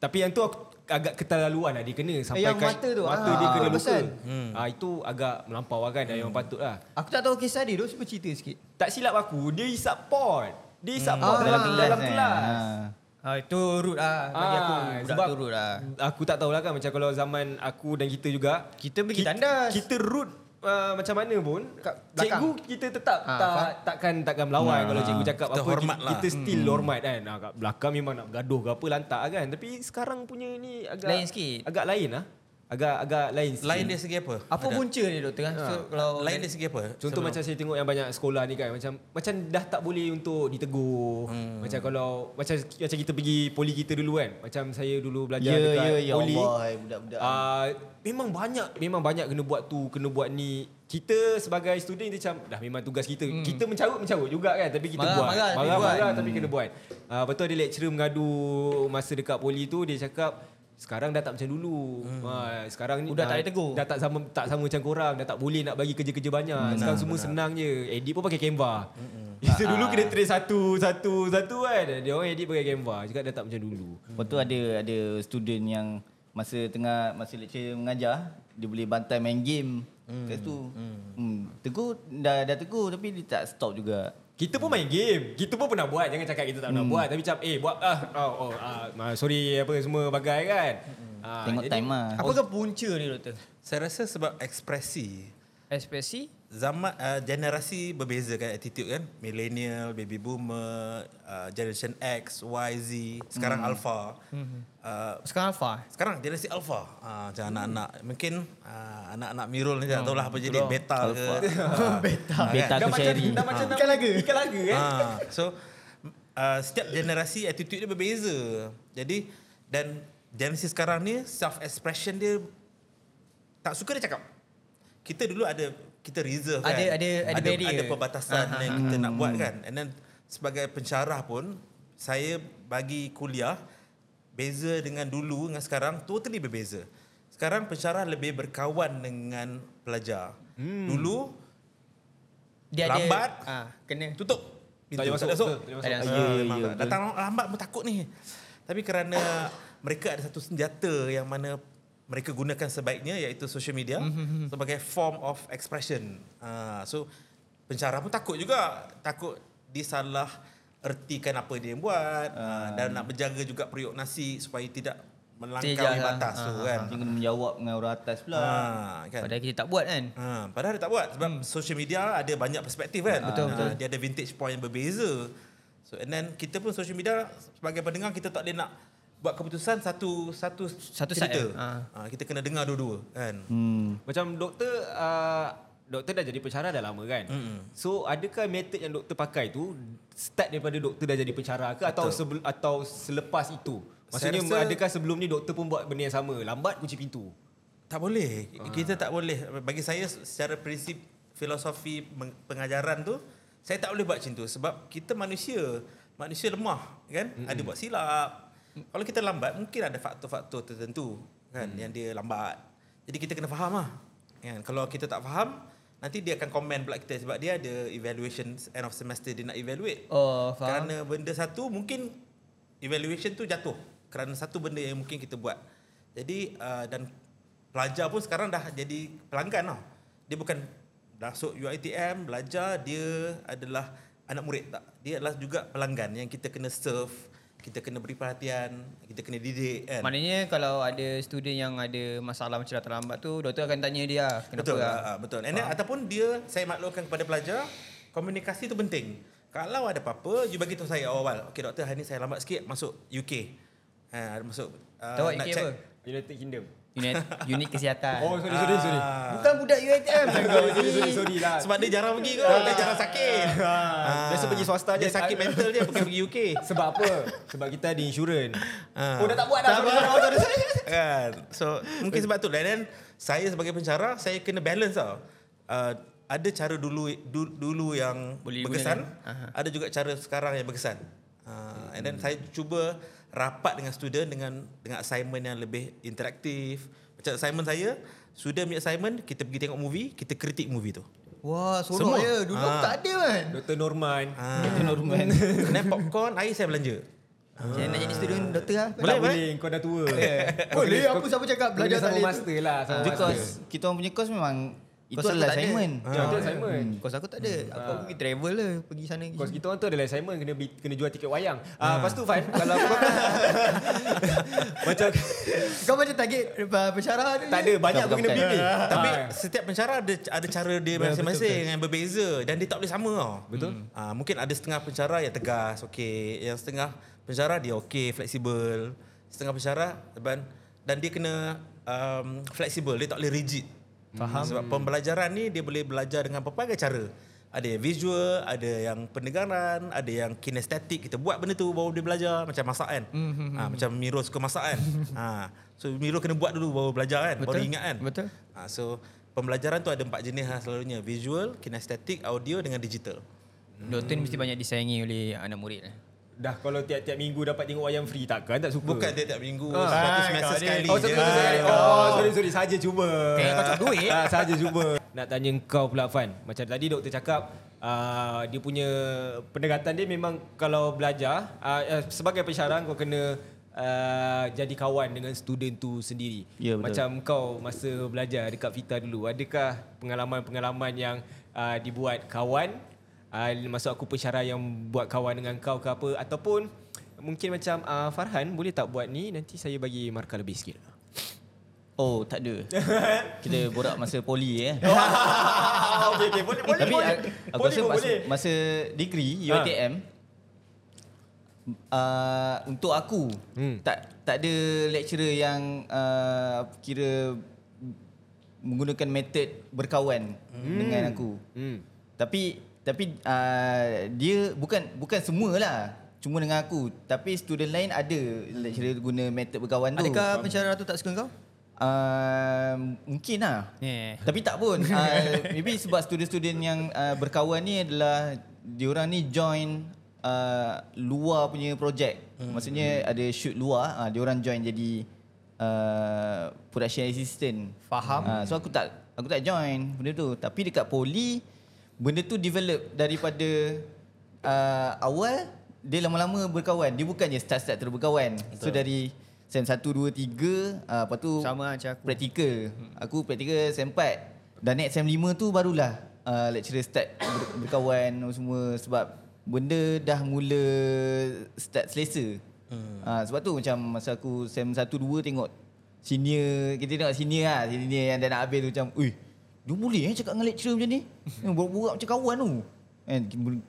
tapi yang tu aku agak keterlaluan lah dia kena sampai Eh, Yang mata tu, mata ah, dia kena luka pesan. hmm. ah, itu agak melampau lah kan dah Hmm. yang patut lah Aku tak tahu kisah dia. Duk cuba cerita sikit. tak silap aku dia isap pot dia isap pot Ah, dalam, dalam eh. kelas Ah. Ah itu root ah bagi aku. Ah, Budak sebab- tu root ah. Aku tak tahulah kan macam kalau zaman aku dan kita juga Kita pergi tandas. Kita root uh, macam mana pun Kat belakang. cikgu kita tetap Ah, ha, tak faham. Hmm. takkan takkan melawan Ah. kalau cikgu cakap Kita apa hormat kita, lah. kita still hormat kan. Ha, kat belakang memang nak bergaduh ke apa lantak kan. Tapi sekarang punya ni agak Lain sikit. Agak lain ah. agak agak lain. sikit. Lain dia segi apa? Apa Ada. punca dia doktor? Ha. So, kalau Lain dia segi Contoh apa? Sebelum- macam saya tengok yang banyak sekolah ni kan macam macam dah tak boleh untuk ditegur. Hmm. Macam kalau macam macam kita pergi poli kita dulu kan. Macam saya dulu belajar Ya, dekat ya, ya poli. Allah, eh, budak-budak. Uh, memang banyak memang banyak kena buat tu, kena buat ni. Kita sebagai student dia macam dah memang tugas kita. Hmm. Kita mencarut-mencarut juga kan tapi kita Marah, buat. marah, tapi marah, buat. marah tapi kena buat. Uh, betul ada lecturer mengadu masa dekat poli tu dia cakap sekarang dah tak macam dulu. Hmm. Ha, sekarang ni Udah dah- tak boleh tegur. Dah tak sama tak sama macam korang, dah tak boleh nak bagi kerja-kerja banyak. Hmm. Benar, sekarang semua benar. senang je. Edit pun pakai Canva. Itu [LAUGHS] Ah, dulu kena trace satu satu satu kan. Dia orang edit pakai Canva. Cakap dah tak macam dulu. Lepas tu ada ada student yang masa tengah masa lecture mengajar, dia boleh bantai main game. Hmm. Kat situ. Hmm. hmm. Tegur dah dah tegur tapi dia tak stop juga. Kita pun main game. Kita pun pernah buat. Jangan cakap kita tak Hmm. pernah buat. Tapi macam eh buat ah oh, oh ah, sorry apa semua bagai kan. Hmm. Ah, Tengok jadi- time lah. apakah punca dia doktor? Saya rasa sebab ekspresi. Ekspresi? Zaman uh, generasi berbeza kan attitude kan. Millennial, baby boomer, uh, generation X, Y, Z, sekarang alpha. Uh, Sekarang Alfa. sekarang generasi alpha. Uh, macam anak-anak mungkin uh, anak-anak Mirul ni tak tahulah apa jadi beta ke. Ah, Beta. ah, Beta Dah aku macam Sherry. dah macam ikan laga. Ikan laga eh. Ah, [LAUGHS] so uh, setiap generasi attitude dia berbeza. Jadi dan generasi sekarang ni self expression dia tak suka dia cakap. Kita dulu ada kita reserve Ada- kan. ada- ada ada, barrier. ada perbatasan uh-huh. yang kita Hmm. nak buat kan. And then sebagai pensyarah pun saya bagi kuliah beza dengan dulu dengan sekarang totally berbeza. Sekarang pensyarah lebih berkawan dengan pelajar. Hmm. Dulu Dia Lambat. ada ah kena tutup Tak boleh masuk. Tak masuk. Tak boleh masuk. Ya, ya, Tak Ah, memang ya, tak. Datang lambat pun takut ni. Tapi kerana mereka ada satu senjata yang mana mereka gunakan sebaiknya iaitu social media sebagai form of expression. Ah, so pencara pun takut juga, takut disalah ertikan apa dia buat ah, dan nak berjaga juga periuk nasi supaya tidak melangkaui Tidak lah. batas tu kan. Dia kena menjawab dengan orang atas pula. Ah, kan. Padahal kita tak buat kan. Ha, padahal dia tak buat sebab hmm. social media ada banyak perspektif kan. Betul, Ha, betul. Dia ada vintage point yang berbeza. So and then kita pun social media sebagai pendengar kita tak boleh nak buat keputusan satu satu Satu side, eh? Ha. Ah. ha. kita kena dengar dua-dua kan. Hmm. Macam doktor uh, doktor dah jadi pensyarah dah lama kan. Hmm. Mm-hmm. So adakah method yang doktor pakai tu start daripada doktor dah jadi pensyarah ke atau sebel, atau selepas itu? Saya Maksudnya rasa- rasa, adakah sebelum ni doktor pun buat benda yang sama? Lambat kunci pintu. Tak boleh. Kita tak boleh. Bagi saya secara prinsip filosofi meng- pengajaran tu saya tak boleh buat macam tu sebab kita manusia. Manusia lemah kan? Mm-hmm. Ada buat silap. Kalau kita lambat mungkin ada faktor-faktor tertentu kan mm. yang dia lambat. Jadi kita kena faham lah. Kan? Kalau kita tak faham nanti dia akan komen pula kita sebab dia ada evaluation end of semester dia nak evaluate. Oh, faham. Kerana benda satu mungkin evaluation tu jatuh kerana satu benda yang mungkin kita buat. Jadi uh, dan pelajar pun sekarang dah jadi pelanggan tau. Dia bukan masuk UiTM belajar dia adalah anak murid tak. Dia adalah juga pelanggan yang kita kena serve, kita kena beri perhatian, kita kena didik kan. Maknanya kalau ada student yang ada masalah macam datang lambat tu, doktor akan tanya dia ah, kenapa betul, lah. ah, ah, betul. And then, ataupun dia saya maklumkan kepada pelajar komunikasi tu penting. Kalau ada apa-apa, you bagi tahu saya awal. Okey doktor, hari ni saya lambat sikit masuk UK. Ha, masuk ah, Tahu UK apa? United Kingdom. Unit, unit kesihatan. Oh sorry sorry sorry. Bukan budak UiTM. sorry sorry sorry, sorry lah. Sebab dia jarang pergi kot, dia jarang sakit. Ah, biasa pergi swasta je. dia sakit mental dia bukan pergi UK. Sebab apa? Sebab kita ada insurans. Ah. Oh dah tak buat dah. Tak kan. So mungkin sebab tu lah. Dan saya sebagai pencara saya kena balance tau. Uh, ada cara dulu du, dulu yang Boleh berkesan, gunakan. Aha. ada juga cara sekarang yang berkesan. Uh, and then saya cuba rapat dengan student dengan dengan assignment yang lebih interaktif. Macam assignment saya, student punya assignment kita pergi tengok movie, kita kritik movie tu. Wah, seronok Semua. ya. Dulu Ah. tak ada kan. Dr. Norman. Ah. Norman. And then popcorn, air saya belanja. Saya nak jadi student doktor lah. Boleh, Boleh, tak boleh kau dah tua. Boleh, apa siapa cakap belajar tak sama boleh. master lah. Sama master. Because kita orang punya course memang itu Ah, Course aku adalah tak ada. assignment. Ya, tu assignment. Kos aku tak ada. Aku, aku pergi travel lah. Pergi sana. Pergi Kos sini. kita orang tu adalah assignment kena beli- kena jual tiket wayang. Ah lepas tu Fan kalau kau [LAUGHS] macam Kau macam target eh, uh, pensyarah tu. tak ada banyak kau Bukan, kena bukan. pilih. Tapi Ah. setiap pencara ada ada cara dia masing-masing yang berbeza dan dia tak boleh sama tau. Betul. Ah, mungkin ada setengah pencara yang tegas, okey. Yang setengah pencara dia okey, fleksibel. Setengah pencara dan dan dia kena um, fleksibel, dia tak boleh rigid. Faham. Sebab pembelajaran ni dia boleh belajar dengan pelbagai cara. Ada yang visual, ada yang pendengaran, ada yang kinestetik. Kita buat benda tu baru dia belajar. Macam masak kan. Mm-hmm. Ha, macam Miro suka masak kan. ha. So Miro kena buat dulu baru belajar kan. Betul. Baru Betul. ingat kan. Betul. Ha, so pembelajaran tu ada empat jenis lah selalunya. Visual, kinestetik, audio dengan digital. Doktor ni mesti banyak disayangi oleh anak murid. eh. Dah kalau tiap-tiap minggu dapat tengok wayang free takkan tak suka. Bukan dia tiap minggu. satu Ah, semester kau ni. sekali Oh, satu je. satu sekali. Oh, sorry sorry saja cuba. Eh, kau cakap duit. Ah, saja cuba. Nak tanya kau pula Fan. Macam tadi doktor cakap Uh, dia punya pendekatan dia memang kalau belajar uh, uh, sebagai pensyarah kau kena uh, jadi kawan dengan student tu sendiri. Ya, betul. Macam kau masa belajar dekat Vita dulu, adakah pengalaman-pengalaman yang uh, dibuat kawan? Uh, maksud aku pensyarah yang buat kawan dengan kau ke apa ataupun mungkin macam uh, Farhan boleh tak buat ni nanti saya bagi markah lebih sikit. Oh, tak [LAUGHS] ada. Kita borak masa poli eh. Ah, okey okey boleh boleh Tapi boleh. aku- aku boleh rasa masa, boleh. masa degree Ha. UiTM uh, untuk aku Hmm. tak tak ada lecturer yang uh, kira menggunakan metod berkawan hmm. dengan aku. Hmm. Tapi tapi uh, dia bukan bukan semualah cuma dengan aku tapi student lain ada lecturer guna metod berkawan tu. Adakah pensyarah tu tak suka kau? Uh, mungkin lah. Yeah. Tapi tak pun. Uh, maybe sebab student-student yang uh, berkawan ni adalah diorang ni join uh, luar punya projek. Hmm. Maksudnya ada shoot luar, uh, diorang join jadi uh, production assistant. Faham. Uh, so aku tak aku tak join benda tu. Tapi dekat poli benda tu develop daripada uh, awal dia lama-lama berkawan. Dia bukannya start-start terus berkawan. So dari sem 1 2 3 uh, lepas tu Sama macam aku. praktikal. Aku praktikal sem 4. Dan next sem 5 tu barulah uh, lecturer start ber- berkawan apa semua sebab benda dah mula start selesa. Hmm. Uh, sebab tu macam masa aku sem 1 2 tengok senior, kita tengok senior lah, senior yang dah nak habis tu macam, "Ui, dia boleh eh cakap dengan lecturer macam ni? Eh, Borak-borak macam kawan tu." Kan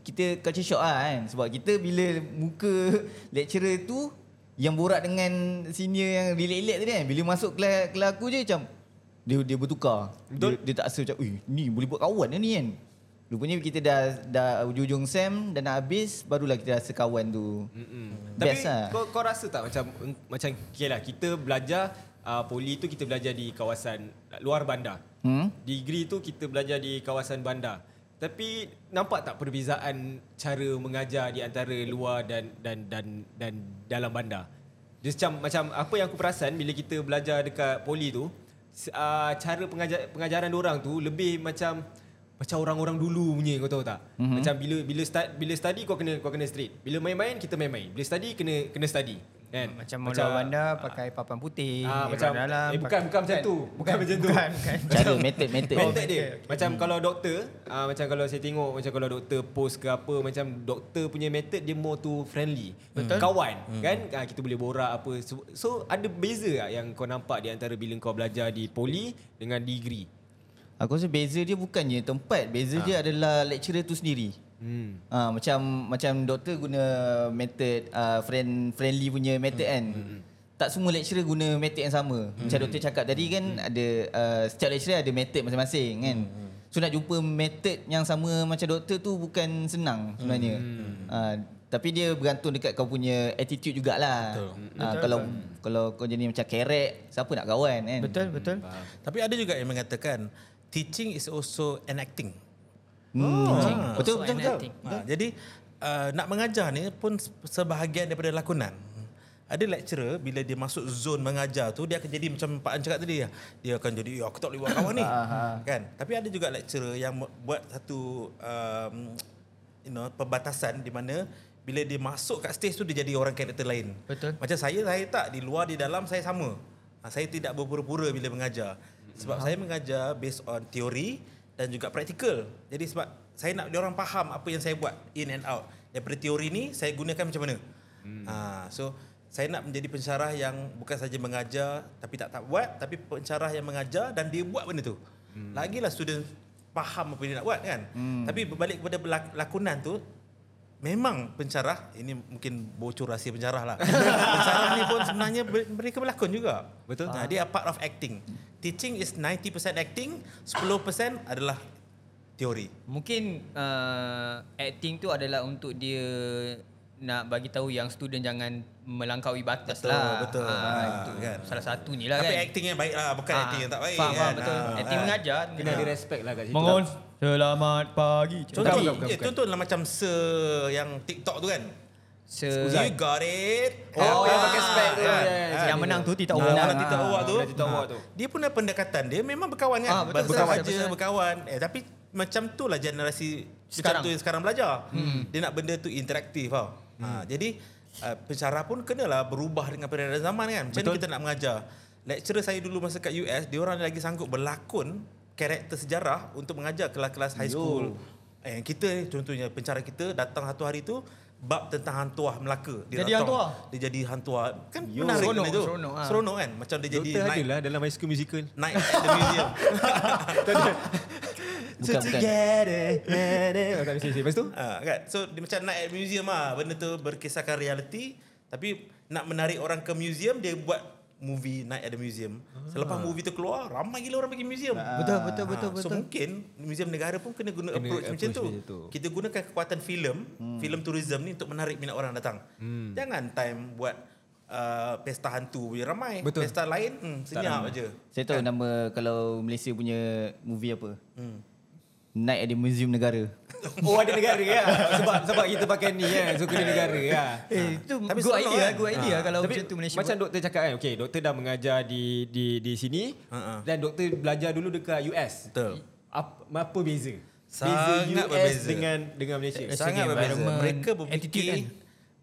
kita culture shock lah kan sebab kita bila muka [LAUGHS] lecturer tu yang borak dengan senior yang relate-relate tadi kan. Bila masuk kelas, kelas aku je macam dia dia bertukar. Dia, dia tak rasa macam, "Ui, ni boleh buat kawan lah ni kan." Rupanya kita dah dah ujung-ujung sem dan nak habis barulah kita rasa kawan tu. Mm-mm. Tapi Best lah. kau, kau rasa tak macam macam okay lah kita belajar uh, poli tu kita belajar di kawasan luar bandar. Hmm? Degree tu kita belajar di kawasan bandar. Tapi nampak tak perbezaan cara mengajar di antara luar dan dan dan dan dalam bandar? Dia macam macam apa yang aku perasan bila kita belajar dekat poli tu, s- uh, cara pengajar, pengajaran orang tu lebih macam macam orang-orang dulu punya kau tahu tak? Mm-hmm. Macam bila bila start bila study kau kena kau kena straight. Bila main-main kita main-main. Bila study kena kena study. Kan? Macam Mula Wanda pakai papan putih. Ah, merah macam dalam, eh, bukan pakai- kan? bukan macam tu. Bukan macam tu. Bukan, bukan. Cara method method. Method dia. Macam kalau doktor, uh, macam kalau saya tengok macam kalau doktor post ke apa, macam doktor punya method dia more to friendly. Betul. Kawan, kan? Uh, kita boleh borak apa. So, so ada beza tak yang kau nampak di antara bila kau belajar di poli dengan degree? Aku rasa beza dia bukannya tempat. Beza ha. dia adalah lecturer tu sendiri. Hmm. Ha, macam macam doktor guna method uh, friend friendly punya method kan. Hmm. Tak semua lecturer guna method yang sama. Hmm. Macam doktor cakap tadi kan hmm. ada uh, setiap lecturer ada method masing-masing kan. Hmm. So nak jumpa method yang sama macam doktor tu bukan senang sebenarnya. Hmm. Ha, tapi dia bergantung dekat kau punya attitude jugalah. Betul. Ha, kalau kalau kau jadi macam kerek, siapa nak kawan kan? Betul, betul. Tapi ada juga yang mengatakan teaching is also enacting. Hmm. Ah. Betul So, betul betul. enacting. Ha, jadi uh, nak mengajar ni pun se- sebahagian daripada lakonan. Ada lecturer bila dia masuk zon mengajar tu dia akan jadi macam Pak An cakap tadi dia akan jadi "Eh, aku tak boleh buat kawan [COUGHS] ni. kan? Tapi ada juga lecturer yang me- buat satu um, you know perbatasan di mana bila dia masuk kat stage tu dia jadi orang karakter lain. Betul. Macam saya saya tak di luar di dalam saya sama. Ha, saya tidak berpura-pura bila mengajar. Sebab saya mengajar based on teori dan juga praktikal. Jadi sebab saya nak dia orang faham apa yang saya buat in and out. Daripada teori ni saya gunakan macam mana. Hmm. Ha, so saya nak menjadi pensyarah yang bukan saja mengajar tapi tak tak buat tapi pensyarah yang mengajar dan dia buat benda tu. Hmm. Lagilah student faham apa yang dia nak buat kan. Hmm. Tapi berbalik kepada lak- lakonan tu memang pencarah ini mungkin bocor rahsia pencarah lah. pencarah ni pun sebenarnya ber- mereka berlakon juga. Betul. Nah, dia part of acting. Teaching is 90% acting, 10% adalah teori. Mungkin uh, acting tu adalah untuk dia nak bagi tahu yang student jangan melangkaui batas Betul, lah. betul. Ha, Ah, itu kan. salah satu ni lah Tapi kan. acting yang baik lah, bukan Ah, acting yang tak baik. Faham, faham, betul. Ah, acting ah. mengajar. Kena ada respect lah kat situ. Mohon selamat pagi. Contoh, Bukan, bukan, bukan, bukan, bukan. contoh lah macam se yang TikTok tu kan. Se You got it. Oh, yang Ah, pakai spek tu. ya. kan? Yes, Ah, yang menang tu tidak Yang orang. orang Tita Awak tu. orang Tita Awak Ah. tu. Dia punya pendekatan dia memang berkawan kan. Ah, betul, berkawan betul, je, betul. berkawan. Eh tapi macam tu lah generasi sekarang. Sekarang. tu yang sekarang belajar. Hmm. Dia nak benda tu interaktif tau. Hmm. Ha, jadi uh, pencara pun kenalah berubah dengan peredaran zaman kan. Macam mana kita nak mengajar. Lecturer saya dulu masa kat US, dia orang lagi sanggup berlakon karakter sejarah untuk mengajar kelas-kelas high school. Eh kita ni, contohnya pencara kita datang satu hari tu bab tentang hantuah Melaka. Dia Jadi datang. hantuah? Dia jadi hantuah. Kan menarik Seronok, benda tu. seronok, ah. seronok kan. Macam dia jadi Doktor naik adalah dalam High School Musical. Night at the museum. [LAUGHS] Bukan, bukan. Together. Oh, tak mesti. Lepas tu? ha, kan? So dia macam night at museum lah. Benda tu berkisahkan reality. Tapi nak menarik orang ke museum, dia buat movie night at the museum. Selepas movie tu keluar, ramai gila orang pergi museum. Betul, betul, betul, Ha, So betul. mungkin museum negara pun kena guna Kena approach, macam approach tu. macam tu. Kita gunakan kekuatan filem, filem tourism ni untuk menarik minat orang datang. Jangan time buat uh, pesta hantu punya ramai. Betul. Pesta lain hmm, senyap aje. Saya Kan? tahu nama kalau Malaysia punya movie apa. Hmm. Night at the Museum Negara. Oh, ada negara lah. Sebab, sebab kita pakai ni kan. So, kena negara lah. Eh, itu Tapi good idea, seronok kan? kan? good idea kalau Tapi macam tu Malaysia. macam buat. doktor cakap kan, okay, doktor dah mengajar di di di sini Ha, ha. dan doktor belajar dulu dekat US. Betul. Apa, apa beza? Sangat beza US berbeza. Eh, dengan dengan Malaysia. Dari sangat segi berbeza. environment, Mereka attitude berfikir kan?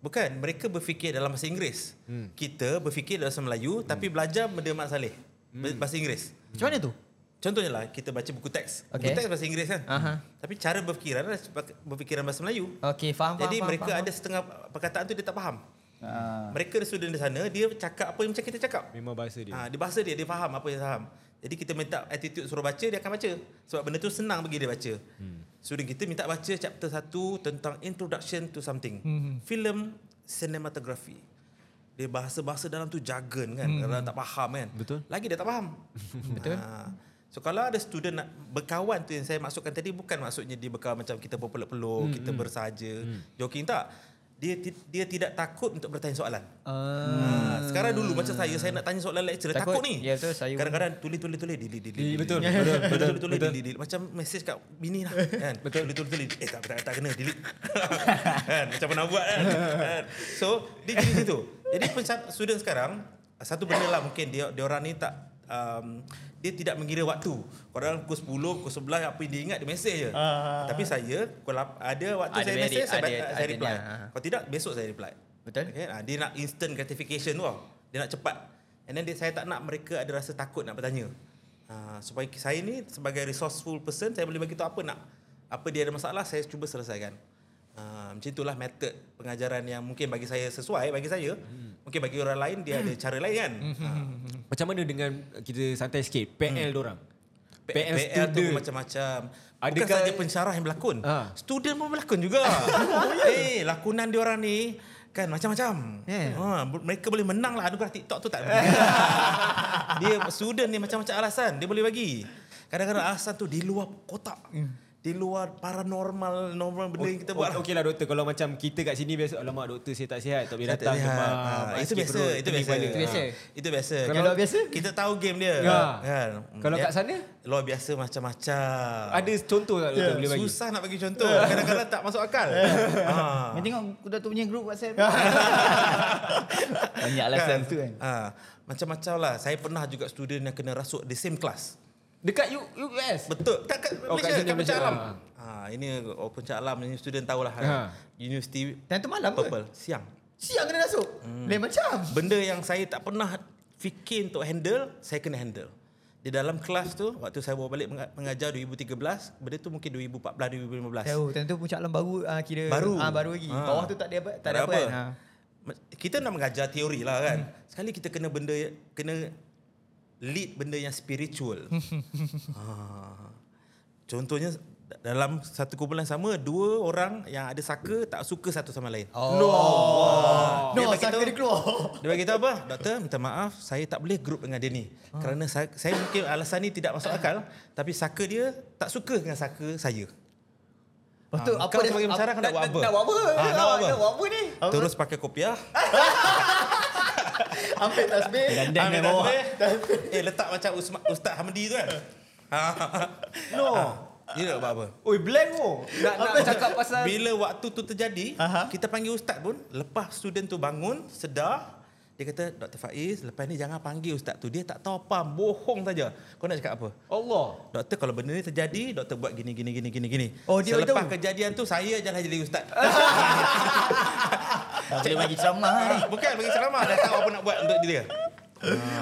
bukan mereka berfikir dalam bahasa Inggeris. Hmm. Kita berfikir dalam bahasa Melayu hmm. tapi belajar benda mat saleh. Hmm. Bahasa Inggeris. Macam mana tu? Contohnya lah kita baca buku teks. Okay. Buku teks bahasa Inggeris kan. Aha. Tapi cara berfikiran adalah berfikiran bahasa Melayu. Okey, faham, faham, Jadi faham, mereka faham. ada setengah perkataan tu dia tak faham. Ah. Mereka student di sana dia cakap apa yang macam kita cakap. Memang bahasa dia. Ha, dia bahasa dia, dia faham apa yang faham. Jadi kita minta attitude suruh baca, dia akan baca. Sebab benda tu senang bagi dia baca. Hmm. Student kita minta baca chapter 1 tentang introduction to something. Hmm. Film cinematography. Dia bahasa-bahasa dalam tu jargon kan. Hmm. Orang tak faham kan. Betul. Lagi dia tak faham. [LAUGHS] Betul. Ha. So kalau ada student nak berkawan tu yang saya maksudkan tadi bukan maksudnya dia berkawan macam kita berpeluk-peluk, hmm. kita bersaja, hmm. joking tak. Dia ti- dia tidak takut untuk bertanya soalan. Uh, Ah, sekarang dulu macam saya saya nak tanya soalan lecturer takut, takut Takut. ni. Ya, betul, saya pun. Kadang-kadang tulis tulis tulis dili dili. Dili, dili, betul, dili. betul, Tulis, betul, tulis tulis betul. dili dili. Macam mesej kat bini lah kan. Betul. Tulis tulis tulis. Eh tak tak, tak kena delete. [LAUGHS] kan macam pernah buat kan. Kan? so dia jadi situ. Jadi pensa- student sekarang satu benda lah mungkin dia dia orang ni tak um, dia tidak mengira waktu. Orang pukul 10, pukul 11 apa yang dia ingat dia mesej je. Tapi saya pukul lap- ada waktu Ah. Ada saya merit, mesej saya, ada- ba- saya adanya. reply. Ah. Kalau tidak besok saya reply. betul? Okay, ah, dia nak instant gratification tu tau. Dia nak cepat. And then dia, saya tak nak mereka ada rasa takut nak bertanya. Ah, supaya saya ni sebagai resourceful person, saya boleh bagi tahu apa nak. Apa dia ada masalah, saya cuba selesaikan. Ah, macam itulah method pengajaran yang mungkin bagi saya sesuai, bagi saya. Hmm. Mungkin bagi orang lain, dia [COUGHS] ada cara lain kan. Ah, Macam mana dengan kita santai sikit Hmm. PL dorang? PL, PL tu macam-macam. Bukan Adakah- saja pensyarah yang berlakon. Ha. Oh, ya? Student pun berlakon [LAUGHS] juga. eh, lakonan diorang ni kan macam-macam. Ya. Yeah. Ha, ber- mereka boleh menang lah anugerah TikTok tu tak. [LAUGHS] dia student ni macam-macam alasan dia boleh bagi. Kadang-kadang alasan tu di luar kotak. Di luar paranormal normal benda yang kita buat. lah. Hmm. Okey lah doktor Kalau macam kita kat sini biasa Alamak doktor saya tak sihat Tak boleh Saya tak datang lihat. demam, Ha, itu sakit biasa, perut, itu pening biasa. kepala." Itu biasa. Itu biasa. Kalau biasa? Kita tahu game dia. Ya. Kan. Kalau Dia- kat sana? Luar biasa macam-macam. Ada contoh tak doktor boleh bagi? Ya, Ya. Susah nak bagi [LAUGHS] contoh. Kadang-kadang tak masuk akal. ha. Kau tengok kuda tu punya group WhatsApp. [LAUGHS] Banyak alasan tu kan. Ha. Macam-macam lah. Saya pernah juga student yang kena rasuk the same class. Dekat U- US Betul. Tak kat Oh, Malaysia, kat sini, kat Malaysia. Pencak Alam. Ha. Ini oh, Pencak Alam ni student tahulah. Ha. Ha. Universiti Time tu malam ke? Purple. Siang. Siang kena masuk. Hmm. Hmm. Lain macam. Benda yang saya tak pernah fikir untuk handle, saya kena handle. Di dalam kelas tu, waktu saya bawa balik menga- mengajar 2013, benda tu mungkin 2014, 2015. Tahu, time tu puncak alam baru ah, kira Baru. ah, baru lagi. Ah. Bawah tu tak ada apa, tak ada apa. Hmm. Kan? Ha. Ma- Kita nak mengajar teori lah kan. Sekali kita kena benda kena [LAUGHS] lead benda yang spiritual. ha. Ah. Contohnya dalam satu kumpulan sama dua orang yang ada saka tak suka satu sama lain. Oh. No. Oh. No, saya kena keluar. Dia bagi tahu apa? Doktor, minta maaf, saya tak boleh group dengan dia ni. Ah. Oh. Kerana saya, saya mungkin alasan ni tidak masuk akal, tapi saka dia tak suka dengan saka saya. Lepas tu apa Ah, kau dia sebagai pensyarah kau nak buat apa? Nak buat apa? Ah, nak buat apa? Nak buat apa ni? Apa? Terus pakai kopiah. Ambil tasbih. Dan ambil yang bawah. tasbih. Eh, letak macam Usma, Ustaz Hamdi tu kan. ha. No. Dia nak buat apa? Oi, blank [LAUGHS] oh. Nak nak cakap pasal Bila waktu tu terjadi, Aha. kita panggil ustaz pun, lepas student tu bangun, sedar, dia kata, Dr. Faiz, lepas ni jangan panggil ustaz tu. Dia tak tahu apa, bohong saja. Kau nak cakap apa? Allah. Doktor kalau benda ni terjadi, doktor buat gini gini gini gini gini. Oh, dia Selepas tahu. kejadian tu saya jangan jadi ustaz. Boleh bagi ceramah eh? ni. Bukan bagi ceramah dah tahu apa nak buat untuk dia.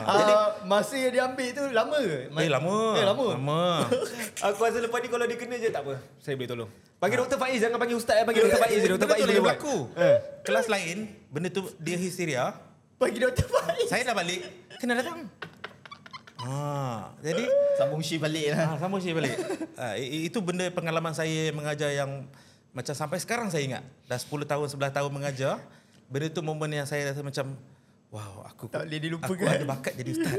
Jadi masa yang dia ambil tu lama ke? Eh lama. Eh lama. Lama. [LAUGHS] Aku rasa lepas ni kalau dia kena je tak apa. Saya boleh tolong. Ah. Panggil Dr. Faiz jangan panggil ustaz eh. Panggil Dr. Faiz je. Benda Dr. tu Faiz lagi boleh buat. berlaku. Eh. Kelas lain, benda tu dia histeria. Bagi doktor Faiz. Saya dah balik, kena datang. Ha, jadi Sambung shift balik lah. ah, sambung saya balik. [LAUGHS] Ah, i- i- itu benda pengalaman saya mengajar yang macam sampai sekarang saya ingat. Dah 10 tahun, 11 tahun mengajar. Benda tu momen yang saya rasa macam wow, aku Tak boleh dilupakan. Aku ada bakat jadi ustaz.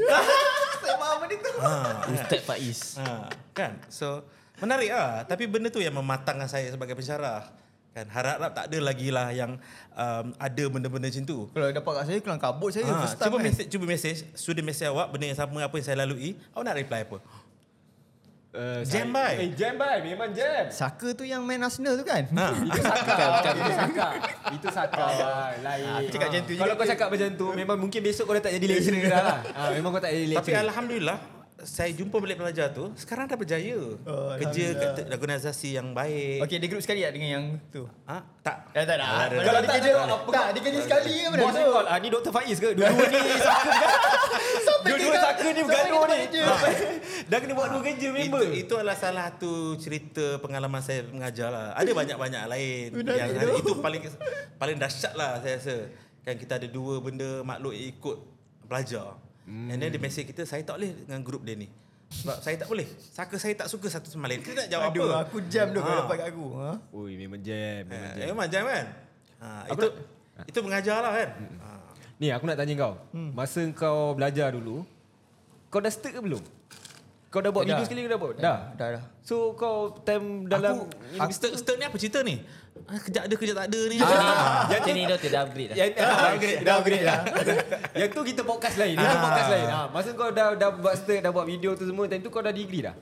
Saya faham benda tu. Ah. Ustaz Faiz. ha, kan? So menarik ah, tapi benda tu yang mematangkan saya sebagai pensyarah. Kan harap-harap tak ada lagi lah yang um, ada benda-benda macam tu. Kalau dapat kat saya kelang kabut saya Ah, Ha, first time. cuba kan. message, cuba message, student message awak benda yang sama apa yang saya lalui, awak nak reply apa? Eh, saya- Jam, bye. Eh, jam bai. Memang jam. Saka tu yang main Arsenal tu kan? [LAUGHS] Ha. Itu saka. Itu saka. Itu saka. Lain. Ah. Aku cakap macam tu Kalau juga. kau Ah. cakap macam tu, memang mungkin besok kau dah [LAUGHS] tak jadi lecturer dah lah. Ha, memang kau tak jadi Tapi lecturer. alhamdulillah saya jumpa balik pelajar tu sekarang dah berjaya. Oh, Oh, Kerja kat te- organisasi yang baik. Okey, Okay. Eh, dia group sekali tak dengan yang tu. Ha, tak. Dah tak dah. Kalau Kalau tak dikerja ada apa tak dikerja sekali ke benda Bos ni tu? call, ah, ni Dr. Faiz ke? Dua-dua [LAUGHS] ni saka kan? Dua-dua saka ni bergaduh ni. Ah. Dah kena buat dua kerja member. Itu, itu adalah salah satu cerita pengalaman saya mengajar lah. Ada banyak-banyak lain. yang hari itu paling paling dahsyat lah saya rasa. Kan kita ada dua benda makhluk yang ikut pelajar. Hmm. And then dia message kita, saya tak boleh dengan grup dia ni. Sebab saya tak boleh. Saka saya tak suka satu sama lain. Kita nak jawab Aduh, apa? aku jam tu kau Ah. Ha. dapat kat aku. Ha? Ui, memang jam. Ah, Memang Eh, jam. memang jam kan? Ha, itu, itu mengajar lah kan? Hmm. Ha. Ni aku nak tanya kau. Masa kau belajar dulu, kau dah start ke belum? Kau dah buat Dah. video sekali ke dah buat? Dah. Ah, Dah [LAUGHS] dah. So kau time dalam aku, aku Stern, Stern ni apa cerita ni? Ah, Kejap ada kerja tak ada Ah. ni. Ah, Ah. Yang Macam ni dia tidak ya. upgrade dah. Yang, [LAUGHS] Dah upgrade dah. yang tu kita podcast lain. Kita Ah. podcast lain. Ha, masa kau dah dah buat start, dah buat video tu semua, time tu kau dah degree dah.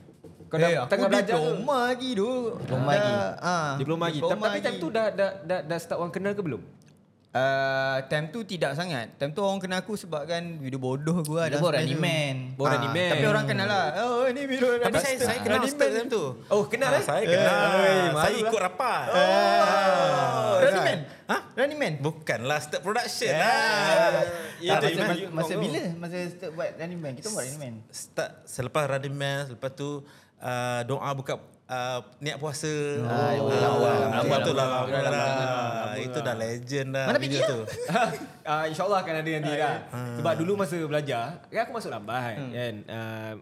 Kau dah eh, aku tengah belajar. ke? diploma lagi tu. Diploma Dah, lagi. ah, Diploma lagi. Tapi, tapi time lagi. tu dah dah dah, dah start orang kenal ke belum? Uh, time tu tidak sangat. Time tu orang kenal aku sebab kan video bodoh aku lah. Dia dan buat sebagainya. Running Man. Buat Ah, Running Man. Tapi orang kenal lah. Oh, ni video Tapi saya saya kenal kan? Running Stern Man. time tu. Oh, kenal eh? Saya kenal. Ah, Eh, saya malulah. ikut rapat. Ah. Oh, Running Man. Ha? Running Eh. Man. Bukanlah Stern Production. ah. Ya, Tak, tu masa, Iman. masa, masa bila? Masa start buat Running Man? Kita buat Running Man. Start selepas Running Man, lepas tu ah, doa buka ah, niat puasa. Ah, yang awal- awal. Ah, Okey, tu lah lama- lama lama- lah. Itu dah legend dah. Mana video pergi tu. [LAUGHS] uh, InsyaAllah akan ada nanti lah Sebab dulu masa belajar Kan aku masuk lambat hmm. kan uh,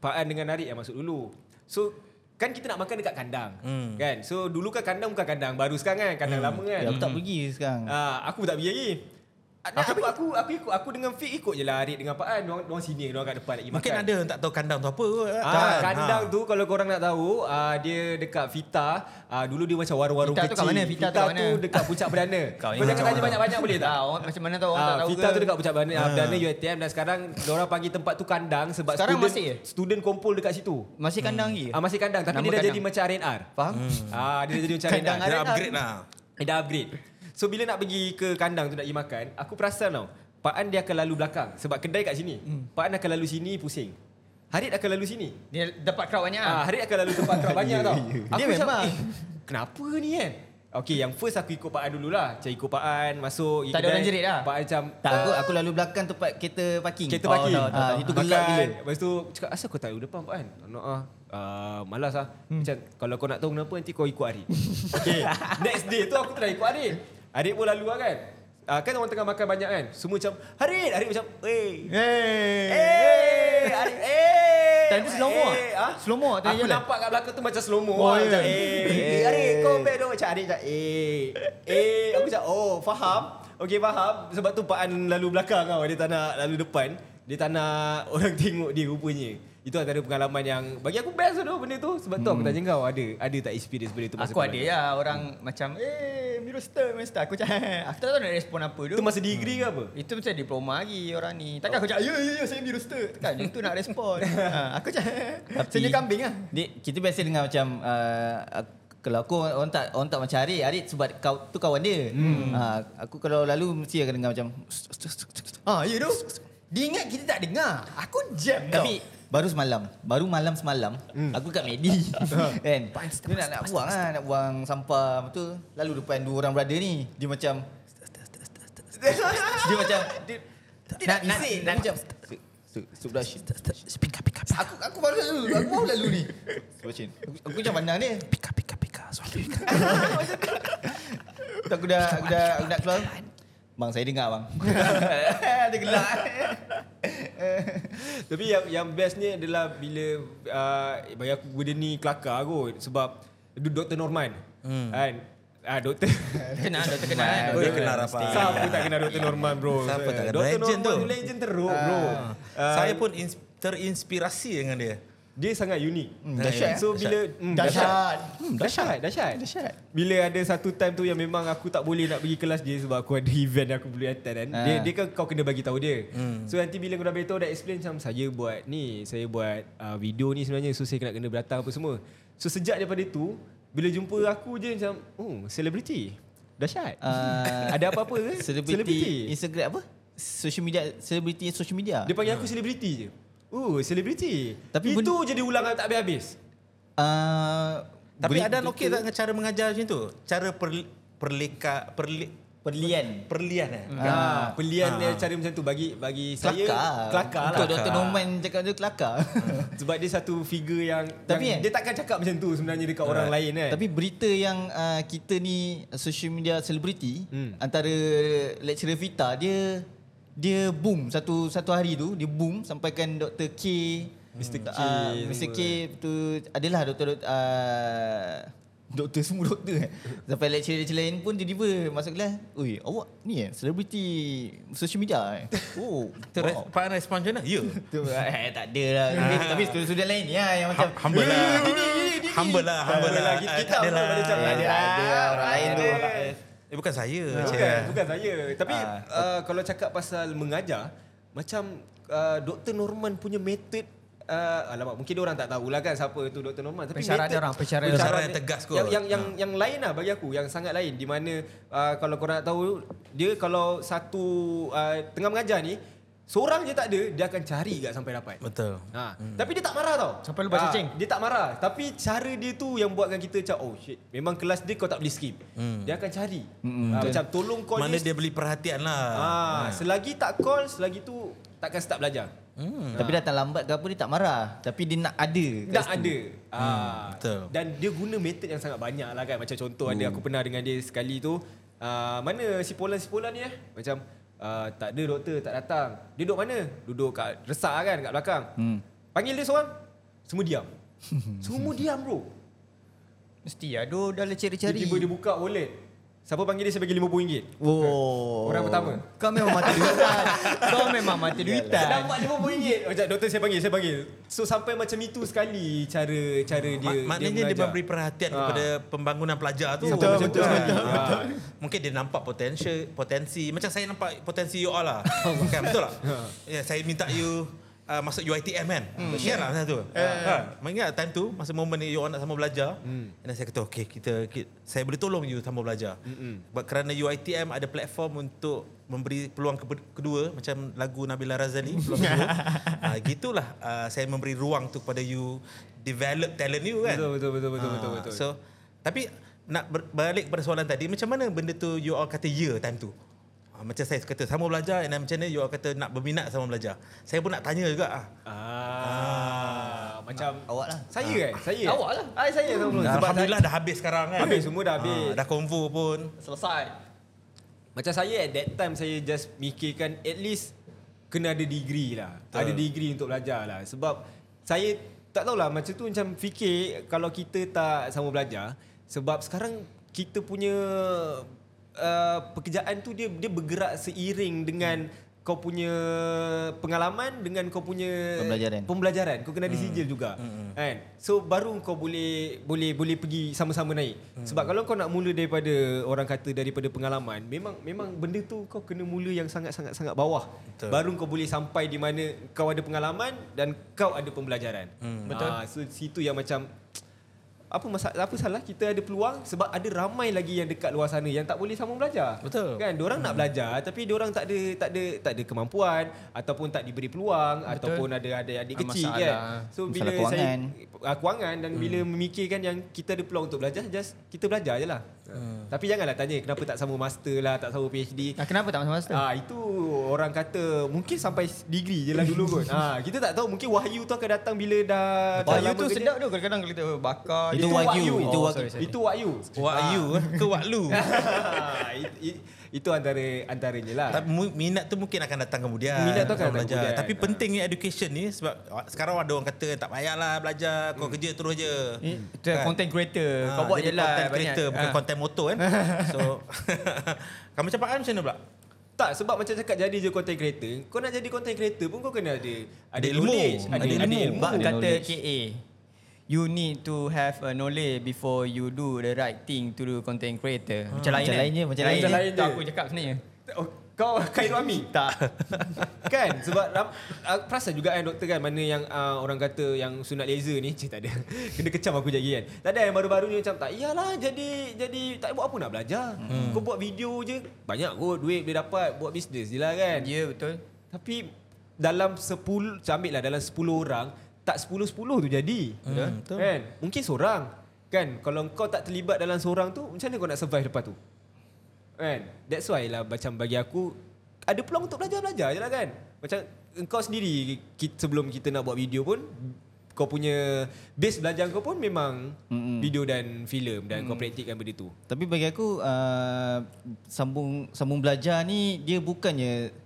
Pak An dengan Narik yang masuk dulu So Kan kita nak makan dekat kandang hmm. Kan So dulu kan kandang bukan kandang Baru sekarang kan Kandang hmm. lama kan Ya, Aku tak pergi sekarang. Ah, aku tak pergi lagi. Ah, Aku, aku, aku, aku ikut aku dengan Fik ikut je lah Arik dengan Pak An Diorang, diorang sini, diorang kat depan lagi Mungkin makan ada yang tak tahu kandang tu apa. kot, kan? Ah, kandang Ha. tu kalau korang nak tahu ah, Dia dekat Vita ah, Dulu dia macam warung-warung Vita kecil tu kat mana? Vita tu kat mana? tu dekat Puncak Perdana Kau Kau ingat jangan macam tanya mana? banyak-banyak boleh tak? Ah, orang, macam mana tahu orang tak Ah, tahu Vita ke? tu dekat Puncak Bandar, ah. Perdana UiTM dan sekarang orang panggil tempat tu kandang sebab Sekarang student, masih? student kumpul dekat situ. Masih kandang lagi? Ah, masih kandang tapi Nama dia dah kandang. jadi macam R&R. Faham? Ah, dia dah jadi macam Hmm. Kandang R&R. Dia upgrade lah. Dia dah upgrade. So bila nak pergi ke kandang tu nak pergi makan, aku perasan tau. Pak An dia akan lalu belakang sebab kedai kat sini. Hmm. Pak An akan lalu sini pusing. Harit akan lalu sini. Dia dapat crowd banyak Ah, ah. hari akan lalu tempat crowd [LAUGHS] banyak tau. Aku Ya, Dia macam, memang. eh, kenapa ni kan? Okay, yang first aku ikut Pak An dululah. Macam ikut Pak An, masuk. pergi Tak ada kedai. orang jerit lah? Pak An macam, Tak, aku, aku lalu belakang tempat kereta parking. Kereta Oh, parking. tahu, tahu, Ah, tahu. Itu gelap gila. Lepas tu cakap asal kau tak duduk depan kan? No ah. Uh, malas ah. Hmm. Macam kalau kau nak tahu kenapa nanti kau ikut [LAUGHS] Arif. okay. [LAUGHS] Next day tu aku try ikut Arif. Arif pun lalu lah kan. Uh, kan orang tengah makan banyak kan. Semua macam Arif, Arif macam, "Hey, Hey. Hey, Arif, hey." Eh. Time tu slow mo. Eh, ah? Slow mo time Aku jalan. nampak kat belakang tu macam slow mo. Oh, Oh, macam ya. eh. Eh. Eh, adik kau back tu macam adik macam eh. Eh, aku macam oh, faham. Okey, faham. Sebab tu Pak An lalu belakang kau. Dia tak nak lalu depan. Dia tak nak [LAUGHS] orang tengok dia rupanya. Itu antara pengalaman yang bagi aku best tu benda tu. Sebab tu aku tanya kau ada ada tak experience benda tu masa Hmm. Aku kau ada belajar? ya orang macam eh Miroster Miroster aku macam [LAUGHS] aku tak tahu nak respon apa tu. Itu masa degree ke apa? Itu macam diploma lagi orang ni. Takkan aku cakap, ya, ya, ya, saya biru roster. Takkan dia tu nak [LAUGHS] respon. ha, aku cakap, senyum kambing lah. Dia, kita biasa dengar macam uh, ak- kalau aku orang orang tak orang tak macam Arit, Arit sebab kau tu kawan dia. Hmm. Uh, aku kalau lalu mesti akan dengar macam Ha, ya tu. Dia ingat kita tak dengar. Aku jam tau. tapi baru semalam, baru malam semalam hmm. aku kat Medi. [LAUGHS] kan. Dia nak nak buang ah, nak buang sampah betul. Lalu depan dua orang brother ni, dia [LAUGHS] macam dia macam dia nak nak nak macam Subdash. Pika pika pika Aku aku baru lalu, aku baru lalu ni. Subdash. Aku, aku macam pandang dia. pika pika pika. Suara pika. Tu [LAUGHS] aku dah aku dah aku nak keluar. Bang saya dengar bang. [LAUGHS] dia gelak. Tapi yang yang bestnya adalah bila uh, bagi aku benda ni kelakar kot sebab du- Dr. Norman. Hmm. Kan? Ah [LAUGHS] doktor. Kenal, dah [LAUGHS] terkenal kan. Kau dah kenal apa? Siapa tak kenal Dr. Norman bro? Siapa tak kenal? Dr. Legend Norman tu. Ah. tu legend teruk bro. Uh, Saya pun ins- terinspirasi dengan dia. dia sangat unik. Hmm, dahsyat, So bila mm, Dahsyat. Hmm, dahsyat, dahsyat. Dahsyat. Bila ada satu time tu yang memang aku tak boleh nak pergi kelas dia sebab aku ada [LAUGHS] event yang aku boleh attend kan. Ah. Hmm. Dia dia kan kau kena bagi tahu dia. So nanti bila kau dah beritahu dah explain macam saya buat ni, saya buat uh, video ni sebenarnya so saya kena kena datang apa semua. So sejak daripada tu bila jumpa aku je macam oh celebrity. Dahsyat. Ah. ada apa-apa ke? Celebrity Instagram apa? Social media celebrity social media. Dia panggil aku celebrity je. Oh, celebrity. Ah. Tapi Tapi itu benda- je dia ulang tak habis-habis. Uh, Tapi ada okey tak dengan cara mengajar macam tu? Cara per, perleka perli, perlian. perlian eh. Ah, pelian dia cara macam tu bagi bagi saya Kan? Kelakar. kelakar lah. Untuk Dr. Norman cakap dia kelakar. [LAUGHS] Sebab dia satu figure yang Tapi yang kan- dia takkan cakap macam tu sebenarnya dekat orang lain kan. Tapi berita yang uh, kita ni social media celebrity Hmm. antara lecturer Vita dia dia boom satu satu hari tu dia boom sampaikan Dr K Mr. K ah, semua. Mr K tu adalah doktor uh, doktor semua doktor eh. sampai lecturer-lecturer lain pun tiba-tiba masuk kelas oi awak ni eh celebrity social media eh oh Ter- wow. Pak An [LAUGHS] respon macam mana? Ya. tu eh, tak ada lah Tapi- tapi student-student lain ni lah yang macam Humble lah. Humble lah, humble lah. Kita- Ah, kita tak ada humble lah. pada cara tak dia. ada lah. orang lain tu orang lain. Eh bukan saya. Bukan, Cik. bukan saya. Tapi Ah, uh, kalau cakap pasal mengajar, macam uh, Dr. Norman punya method Uh, alamak mungkin dia orang tak tahulah kan siapa tu Dr. Norman tapi Pensyarah method- dia orang, pensyarah dia orang. Pensyarah yang tegas kot. Ah. yang, yang, yang, yang lain lah bagi aku yang sangat lain di mana uh, kalau korang nak tahu dia kalau satu uh, tengah mengajar ni seorang je tak ada dia akan cari kat sampai dapat Betul. Ha. Hmm. Tapi dia tak marah tau. Ha. Sampai lepas cacing. Dia tak marah. Tapi cara dia tu yang buatkan kita macam oh shit. Memang kelas dia kau tak boleh skip. Hmm. Dia akan cari. Hmm. Ha, macam tolong call Mana ni. dia beli perhatian lah. Ha. Selagi tak call, selagi tu takkan start belajar. Hmm. Tapi datang lambat ke apa dia tak marah. Tapi dia nak ada. kat Tak situ. ada. Ha. betul. Dan dia guna method yang sangat banyak lah kan. Macam contoh ada aku pernah dengan dia sekali tu. Uh, mana si Polan-Polan ni eh? Macam uh, tak ada doktor, tak datang. Dia duduk mana? Duduk kat resak kan kat belakang. Hmm. Panggil dia seorang. Semua [LAUGHS] diam. Semua diam bro. Mesti lah, dia dah Cari. lecari-cari. Tiba-tiba dia buka wallet. Siapa panggil dia, saya bagi RM50. Oh. Orang pertama. Kau memang mata duitan. Kau memang mata duitan. Dapat RM50. Macam Oh, doktor saya panggil, saya panggil. So sampai macam itu sekali cara cara dia Ma- maknanya dia, mengajar. memberi perhatian Ah. kepada pembangunan pelajar tu. Sampai macam tu sekali. Ah. Mungkin dia nampak potensi potensi macam saya nampak potensi you all lah. kan betul tak? ya, saya minta you uh, masuk UiTM kan. Hmm. Share lah masa tu. Ha. Mengingat time tu masa momen ni you all nak sama belajar. And then saya kata okay kita, kita saya boleh tolong you sama belajar. Sebab kerana UiTM ada platform untuk memberi peluang ke- kedua macam lagu Nabila Razali peluang kedua. Ah gitulah ah, saya memberi ruang tu kepada you develop talent you kan. Betul, betul, betul, betul, Ah, betul, betul. So tapi nak ber- balik kepada soalan tadi macam mana benda tu you all kata ya time tu? Ah, macam saya kata sama belajar and then macam mana you all kata nak berminat sama belajar. Saya pun nak tanya juga ah. Ah, macam Awak lah. saya kan? Saya. Awak lah. Ah, saya sama Dah, Sebab Alhamdulillah dah habis sekarang kan. Habis, semua dah habis. Ah, dah konvo pun. Selesai. Macam saya at that time saya just mikirkan at least kena ada degree lah. Ada degree untuk belajar lah. Sebab saya tak tahulah macam tu macam fikir kalau kita tak sama belajar sebab sekarang kita punya uh, pekerjaan tu dia dia bergerak seiring dengan kau punya pengalaman dengan kau punya Pembelajaran. pembelajaran Hmm. kau kena disijil juga kan so baru kau boleh boleh boleh pergi sama-sama naik sebab kalau kau nak mula daripada orang kata daripada pengalaman memang memang benda tu kau kena mula yang sangat-sangat sangat bawah Betul. baru kau boleh sampai di mana kau ada pengalaman dan kau ada pembelajaran betul ha, so situ yang macam apa masalah apa salah kita ada peluang sebab ada ramai lagi yang dekat luar sana yang tak boleh sama belajar Betul. kan diorang nak belajar tapi diorang tak ada tak ada tak ada kemampuan ataupun tak diberi peluang Betul. ataupun ada ada adik Ah, kecil masalah. kan so Masalah bila kewangan. saya ah, kewangan dan hmm. bila memikirkan yang kita ada peluang untuk belajar just kita belajar je lah hmm. tapi janganlah tanya kenapa tak sama master lah tak sama PhD Ah, kenapa tak masuk-masuk? Ah itu orang kata mungkin sampai degree je lah dulu kot. ah kita tak tahu mungkin wahyu tu akan datang bila dah dah Wahyu lama tu kerja. sedap tu kadang-kadang kita bakar Itu je. wagyu. Itu Ah, Itu wagyu. wagyu. Oh, Itu wagyu. [LAUGHS] Wak Ah. you ke wak lu? It- it- Itu antara antaranya lah. Tapi mu- minat tu mungkin akan datang kemudian. Minat tu akan Kau datang kemudian. Tapi Ha. pentingnya education ni sebab sekarang ada orang kata tak payahlah belajar, Hmm. kau kerja terus je. Eh, Itu yang Kan? content creator. Ha, Kau buat jadi je lah Content banyak. creator, bukan Ah. content motor [LAUGHS] kan. so, [LAUGHS] kamu macam Pak An macam mana pula? Tak sebab macam cakap jadi je content creator. Kau nak jadi content creator pun kau kena ada ada Ada ilmu. knowledge, ada, Ada ada, ilmu. ilmu. Bak Ooh. kata Knowledge. KA You need to have a knowledge before you do the right thing to do content creator. Hmm. Macam lain Macam eh? lain je, macam Lain lain je. je. Tak aku cakap sebenarnya. Oh, Kau [LAUGHS] Khairul Ami Tak. kan sebab ram, uh, perasan juga kan doktor kan mana yang uh, orang kata yang sunat laser ni [LAUGHS] cik tak ada kena kecam aku jadi kan tak ada yang baru-baru ni macam tak iyalah jadi jadi tak buat apa nak belajar hmm. kau buat video je banyak kot duit boleh dapat buat bisnes je lah kan Ya betul. tapi dalam 10 saya ambil lah dalam 10 orang tak 10 10 tu jadi. Hmm, betul. Kan? Mungkin seorang. Kan kalau kau tak terlibat dalam seorang tu macam mana kau nak survive lepas tu? Kan? That's why lah macam bagi aku ada peluang untuk belajar-belajar je lah kan. Macam kau sendiri ki- sebelum kita nak buat video pun kau punya base belajar kau pun memang mm video dan filem dan kau praktikkan benda tu. Tapi bagi aku uh, sambung sambung belajar ni dia bukannya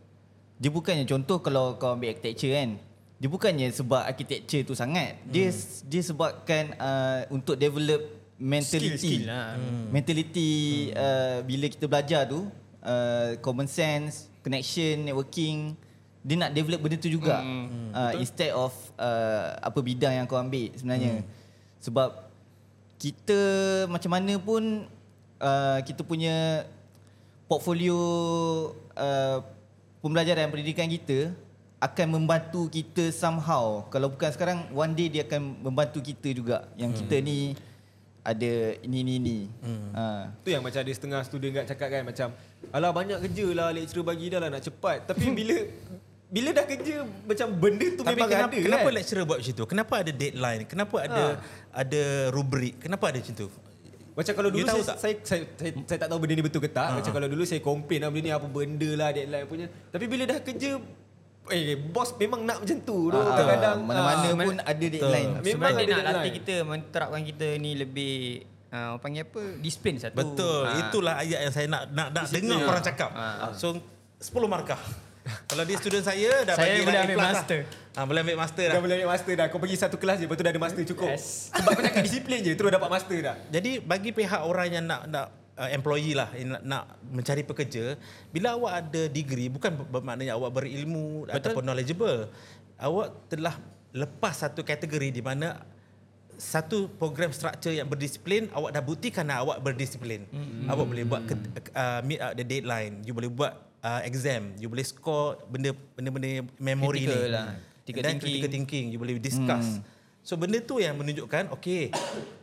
dia bukannya contoh kalau kau ambil architecture kan. Dia bukannya sebab architecture tu sangat. Dia hmm. dia sebabkan uh, untuk develop mentality. Skill, skill lah. Hmm. Mentality hmm. Uh, bila kita belajar tu uh, common sense, connection, networking dia nak develop benda tu juga. Hmm. Uh, instead of uh, apa bidang yang kau ambil sebenarnya. Hmm. Sebab kita macam mana pun uh, kita punya portfolio uh, pembelajaran pendidikan kita akan membantu kita somehow. Kalau bukan sekarang one day dia akan membantu kita juga yang hmm. kita ni ada ini ini ni. Hmm. Uh. Tu yang macam ada setengah student kat cakap kan macam alah banyak kerja lah lecturer bagi dah lah nak cepat. [LAUGHS] Tapi bila bila dah kerja macam benda tu Tapi memang kenapa, ada kenapa kan. lecturer buat macam tu? Kenapa ada deadline? Kenapa Ah. ada ada rubrik? Kenapa ada macam tu? Oh, Macam kalau dulu You tahu saya, tak? Ah. saya, saya, saya, saya tak tahu benda ni betul ke tak. Macam kalau dulu saya komplain lah benda ni apa benda lah deadline punya. Tapi bila dah kerja eh bos memang nak macam tu. tu. Ah, Kadang-kadang mana-mana ah, pun ada deadline. Memang Memang dia ada nak latih deadline. kita menterapkan kita ni lebih uh, panggil apa? Disiplin satu. Betul. Ah. Itulah ayat yang saya nak nak, nak dengar Ah. orang cakap. Ah. So 10 markah. Kalau dia student saya dah Saya bagi boleh dah A ambil plus lah. master. Ah, boleh ambil master dah. Dah boleh ambil master dah. Kau pergi satu kelas je. Lepas tu dah ada master cukup. Yes. Sebab kau cakap disiplin je. Terus dapat master dah. Ya, Jadi bagi pihak orang yang nak nak uh, employee lah yang nak, nak mencari pekerja, bila awak ada degree bukan ber- bermaknanya awak berilmu Betul. ataupun knowledgeable. Awak telah lepas satu kategori di mana satu program struktur yang berdisiplin awak dah buktikan lah awak berdisiplin. Hmm. Mm-hmm. Awak boleh buat ke, uh, meet out the deadline, you boleh buat uh, exam, you boleh score benda benda-benda memory Critical ni. lah. Critical Dan thinking. critical thinking, you boleh discuss. Hmm. So benda tu yang menunjukkan okay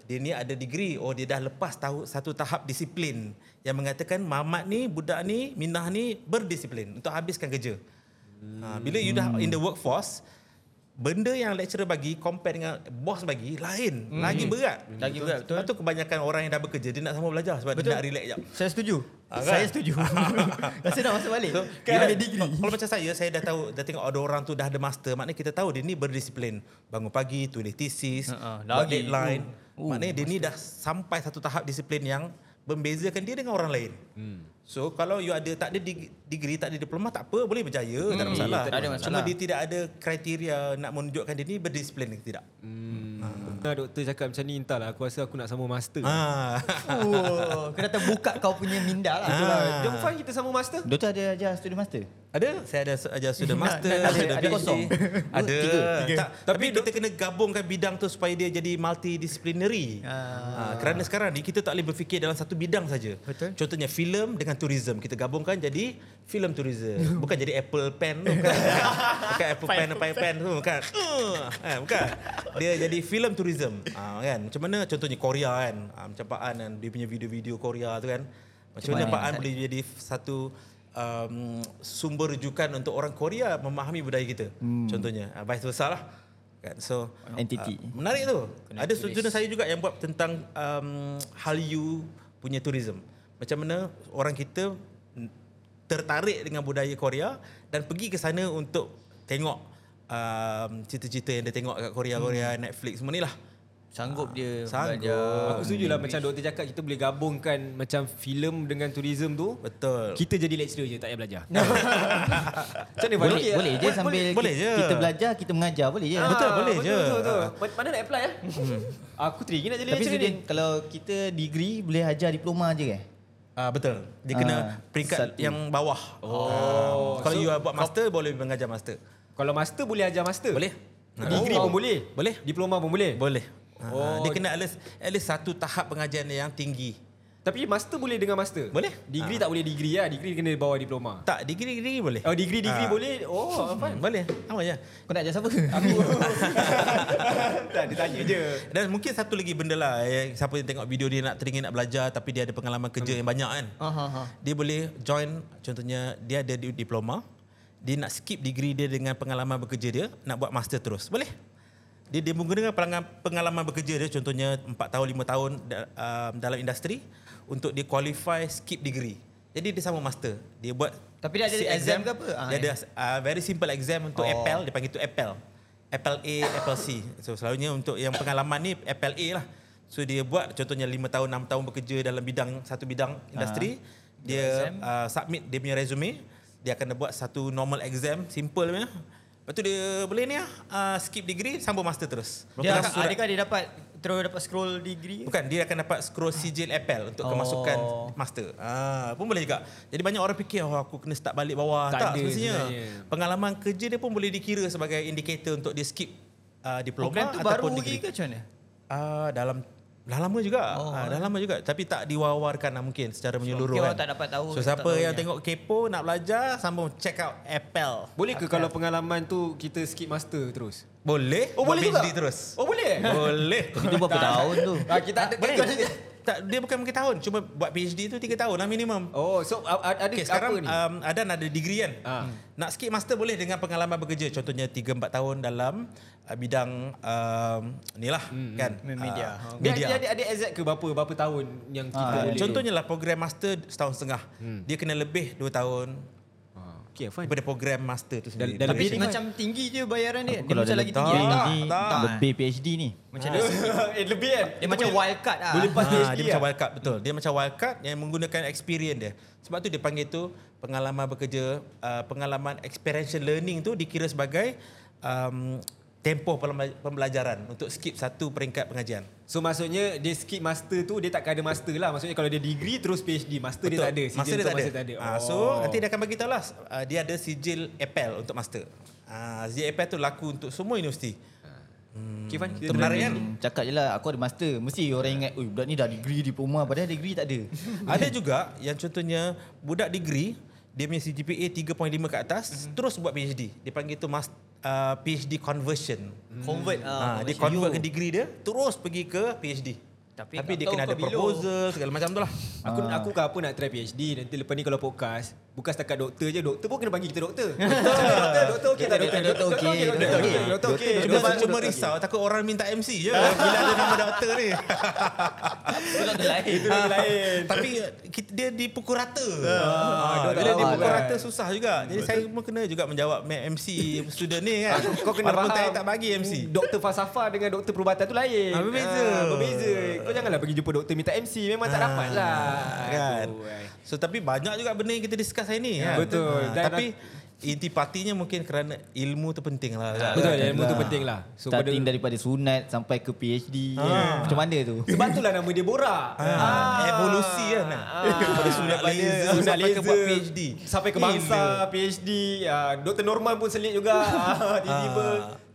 dia ni ada degree oh dia dah lepas tahu satu tahap disiplin yang mengatakan mamat ni budak ni minah ni berdisiplin untuk habiskan kerja. Hmm. Ha, bila you dah in the workforce benda yang lecturer bagi compare dengan bos bagi lain hmm. lagi berat. Lagi berat, betul. Lepas tu kebanyakan orang yang dah bekerja dia nak sama belajar sebab betul. dia nak relax jap. Saya setuju. Ah, kan? Saya setuju. Rasa nak masuk balik. So, Kan bila- ada degree. Kalau macam saya, saya dah tahu, dah tengok ada orang tu dah ada master. Maknanya kita tahu dia ni berdisiplin. Bangun pagi, tulis tesis, Ha, ha, lagi. buat deadline. Oh. Oh, Maknanya dia ni dah sampai satu tahap disiplin yang membezakan dia dengan orang lain. Hmm. So kalau you ada tak ada dig- degree, tak ada diploma tak apa, boleh berjaya, hmm. tak ada masalah. tak ada masalah. Cuma dia tidak ada kriteria nak menunjukkan dia ni berdisiplin ke tidak. Ha. Doktor cakap macam ni entahlah aku rasa aku nak sama master. Ha. Ah. [LAUGHS] Oh, kena terbuka kau punya minda lah. Itulah. Jom Fan kita sama master. Doktor ada ajar student master? Ada? Saya ada ajar sudah master, ada- sudah ada PhD. kosong? Ada. Tiga. Tak, tapi kita kena gabungkan bidang tu supaya dia jadi multidisciplinary. Ah. kerana sekarang ni kita tak boleh berfikir dalam satu bidang saja. Betul. Contohnya filem dengan tourism kita gabungkan jadi film tourism. Bukan jadi Apple Pen tu bukan. bukan Apple Pen apa Pen tu bukan. Eh, bukan. Dia jadi film tourism. Ah, kan. Macam mana contohnya Korea kan. Ah, macam Pak An kan dia punya video-video Korea tu kan. Macam mana Pak An boleh jadi satu um, sumber rujukan untuk orang Korea memahami budaya kita. Hmm. Contohnya, uh, vice versa lah. Kan? So, Entity. Uh, menarik tu. Ada student saya juga yang buat tentang um, Hallyu punya tourism. Macam mana orang kita mm, tertarik dengan budaya Korea dan pergi ke sana untuk tengok um, cerita-cerita yang dia tengok kat Korea-Korea, hmm. Netflix semua ni lah. Sanggup Ah. dia. Sanggup. Ah, Aku setuju lah macam doktor cakap kita boleh gabungkan macam filem dengan tourism tu. Betul. Kita jadi lecturer je tak payah [LAUGHS] belajar. Macam mana Fan? Boleh, Okey, boleh je boleh- sambil boleh- boleh kita, je. kita belajar, kita mengajar boleh je. Ah, Betul, boleh je. Ah. Hmm. Betul, betul. Ma- Mana nak apply ya? Aku teringin nak jadi Tapi lecturer ni. student, kalau kita degree boleh ajar diploma je ke? Ah betul. Dia kena Ah, peringkat satu. yang bawah. Oh. kalau you buat master boleh mengajar master. Kalau master boleh ajar master? Boleh. Oh, Degree pun boleh? Boleh. Diploma pun boleh? Boleh. Oh. Oh. Dia kena at least, at least satu tahap pengajian yang tinggi. Tapi master boleh dengan master? Boleh. Ah. Degree tak boleh degree lah. Degree kena bawa diploma. Tak, degree-degree boleh. Oh, degree-degree Ah. boleh? Oh, [LAUGHS] apa? Boleh. Sama je. Kau nak ajar siapa? [LAUGHS] tak, dia tanya je. Dan mungkin satu lagi benda lah yang siapa yang tengok video dia nak teringin nak belajar tapi dia ada pengalaman kerja yang banyak kan. Ah, ha, Dia boleh join contohnya dia ada di- diploma, dia nak skip degree dia dengan pengalaman bekerja dia, nak buat master terus. Boleh. Dia dia menggunakan pengalaman, pengalaman bekerja dia contohnya 4 tahun 5 tahun da- um, dalam industri untuk dia qualify skip degree. Jadi dia sama master. Dia buat Tapi dia ada sit exam ke apa? Ah, Dia ada uh, very simple exam untuk oh. Apple, dia panggil tu Apple. Apple A, Apple C. So selalunya untuk yang pengalaman ni Apple A lah. So dia buat contohnya 5 tahun 6 tahun bekerja dalam bidang satu bidang industri, Ah. dia uh, submit dia punya resume, dia akan buat satu normal exam simple punya. Lepas tu dia boleh ni lah, uh, skip degree sambung master terus. Dia Lepas akan, surat- adakah dia dapat terus dapat scroll degree? Bukan, dia akan dapat scroll sijil Apple untuk kemasukan master. Ah, pun boleh juga. Jadi banyak orang fikir, oh aku kena start balik bawah. Tak Tak, tak ada sebenarnya. sebenarnya. Pengalaman kerja dia pun boleh dikira sebagai indikator untuk dia skip uh, diploma Program tu baru ataupun lagi degree. ke macam mana? Ah, dalam dah lama juga. Oh, ah, dah lama juga. Tapi tak diwawarkan lah mungkin secara menyeluruh. mungkin kan. orang tak dapat tahu, So, tak siapa tahu yang dia. tengok kepo, nak belajar, sambung check out Apple. Boleh ke kalau pengalaman tu kita skip master terus? Boleh. Oh, boleh juga? buat PhD terus. Oh, boleh? Boleh. Itu berapa tahun tu? [LAUGHS] Ah, kita ada Boleh. Tak, dia bukan mungkin tahun. Cuma buat PhD tu 3 tahun lah minimum. Oh, so a- a- ada Okay, apa sekarang ni? um, Adan ada degree kan? Ah. Hmm. Nak skip master boleh dengan pengalaman bekerja. Contohnya 3-4 tahun dalam uh, bidang um, ni lah kan? media. Ah, Hmm, Dia media. ada, ada, ada exact ke berapa berapa tahun yang kita Ah, boleh? Contohnya lah program master setahun setengah. Dia kena lebih 2 tahun Ah, okay, fine. daripada program master tu sendiri. Dal- dalam Tapi Lebih dia ni macam tinggi je bayaran dia. Dia Kalau macam dah lagi letak tinggi. tak, ni, tak. lebih PhD ni. Macam [LAUGHS] eh, lebih kan? Dia macam wild card lah. Boleh pass Ah, PhD dia lah. macam wild card betul. Dia macam wild card yang menggunakan experience dia. Sebab tu dia panggil tu pengalaman bekerja, uh, pengalaman experiential learning tu dikira sebagai um, tempoh pembela- pembelajaran untuk skip satu peringkat pengajian. So maksudnya dia skip master tu dia takkan ada master lah. Maksudnya kalau dia degree terus PhD, master dia Betul. tak ada. Oh. Sijil Master dia untuk tak ada. master ada. Ah, so nanti dia akan bagi tahu lah ah, dia ada sijil APEL untuk master. Ah, sijil APEL tu laku untuk semua universiti. okay, fine. Kita Itu menarik kan? Hmm, cakap je lah, aku ada master. Mesti orang ingat, oi budak ni dah degree diploma. Padahal degree tak ada. Hmm. ada juga yang contohnya budak degree dia punya CGPA 3.5 ke atas mm-hmm. terus buat PhD. Dia panggil tu mas, uh, PhD conversion. Convert. Ha, dia convert ke degree dia terus pergi ke PhD. Tapi Tapi, Tapi tak dia tahu kena ada kau bila. proposal segala macam tu lah. Aku aku ke apa nak try PhD nanti lepas ni kalau podcast Bukan setakat doktor je, doktor pun kena panggil kita [LAUGHS] doktor. doktor, doktor okey tak doktor? Doktor okey, doktor okey, doktor okey. Cuma, Doktor cuma risau takut orang minta MC je bila ada nama doktor ni. Doktor lain. Itu [LAUGHS] lagi lain. Tapi kita, dia dipukul rata. dia tak Ah, bila tahu dipukul kan. rata susah juga. Jadi saya pun kena juga menjawab MC student ni kan. Kau kena Walaupun faham saya tak bagi MC. Doktor falsafah dengan doktor perubatan tu lain Ah, berbeza. Ah, Berbeza Kau janganlah pergi jumpa doktor minta MC Memang tak dapat lah kan. Aduh, eh. So tapi banyak juga benda yang kita discuss hari ni. Ya, kan? betul. Ah, Dan- tapi inti partinya mungkin kerana ilmu tu penting lah. Ya, kan? Betul ilmu tu penting lah So, Starting daripada sunat sampai ke PhD. Ha. Macam mana tu? Sebab itulah nama dia borak. Ah. Ha, Evolusi kan. ah. Daripada sunat daripada laser sunat sampai ke laser, buat PhD. Sampai ke bangsa PhD. Ah, Dr. Norman pun selit juga. Ah, Tiba-tiba.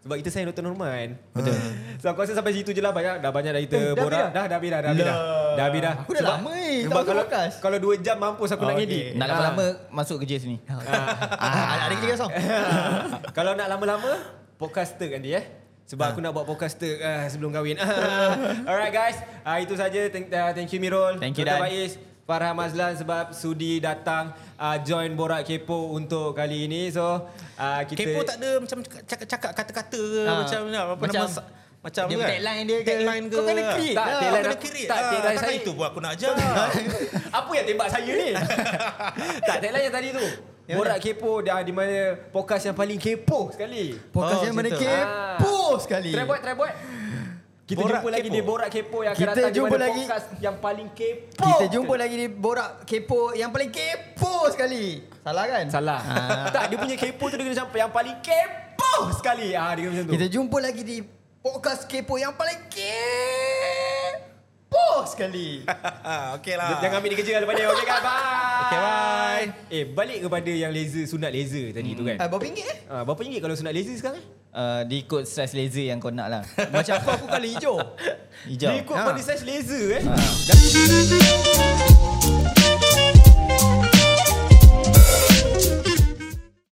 Sebab kita sayang Dr. Norman. Betul. [LAUGHS] So aku rasa sampai situ je lah banyak dah banyak dah kita Eh, dah borak. habis dah? Dah dah habis dah dah habis dah. Dah habis dah. Aku dah lama eh, tak Sebab masuk kalau podcast. kalau 2 jam mampus aku Ah, nak edit. Nak lama-lama masuk kerja sini. Ah, ada kerja kosong. Ah. [LAUGHS] Kalau nak lama-lama Podcaster kan dia eh sebab aku nak buat podcaster uh, sebelum kahwin. [LAUGHS] Alright guys, uh, itu saja. Thank, uh, thank you Mirul. Thank you, Dr. Dan. Faiz, Farah Mazlan sebab sudi datang uh, join Borak Kepo untuk kali ini. So, uh, kita Kepo tak ada macam cakap-cakap kata-kata ke Ah. macam ni apa Macam- nama sa- macam dia kan? tagline dia ke? Tagline ke? Kau kena Ah, create Tak, lah. Tak, tagline tagline kena aku- tak, create. Tak, tagline tagline saya- itu pun aku nak ajar. [LAUGHS] Apa yang tembak saya [LAUGHS] ni? tak, tagline yang tadi tu. Yang Borak Kepo dah di mana podcast yang paling kepo sekali. Podcast Oh, yang mana macam tu. kepo Ah. sekali. Try buat, try buat. Kita Borak jumpa lagi Kepo. di Borak Kepo yang akan Kita datang di jumpa mana lagi. podcast yang paling kepo. Kita jumpa lagi di borak kepo yang paling kepo sekali. Salah kan? Salah. Ha. tak, dia punya kepo tu dia kena sampai yang paling kepo sekali. Ah, dia kena macam tu. Kita jumpa lagi di podcast kepo yang paling kepo [LAUGHS] sekali. Okey lah. J- Jangan ambil dia kerja lepas ni. Okay, guys, bye. Okay, bye. Eh, balik kepada yang laser, sunat laser tadi tu kan. Ah, berapa ringgit eh? Ah, berapa ringgit kalau sunat laser sekarang? eh? Uh, dia ikut stress laser yang kau nak lah. Macam aku aku kali hijau. Hijau. Dia ikut Ha. pada size laser eh. Ha. Dah-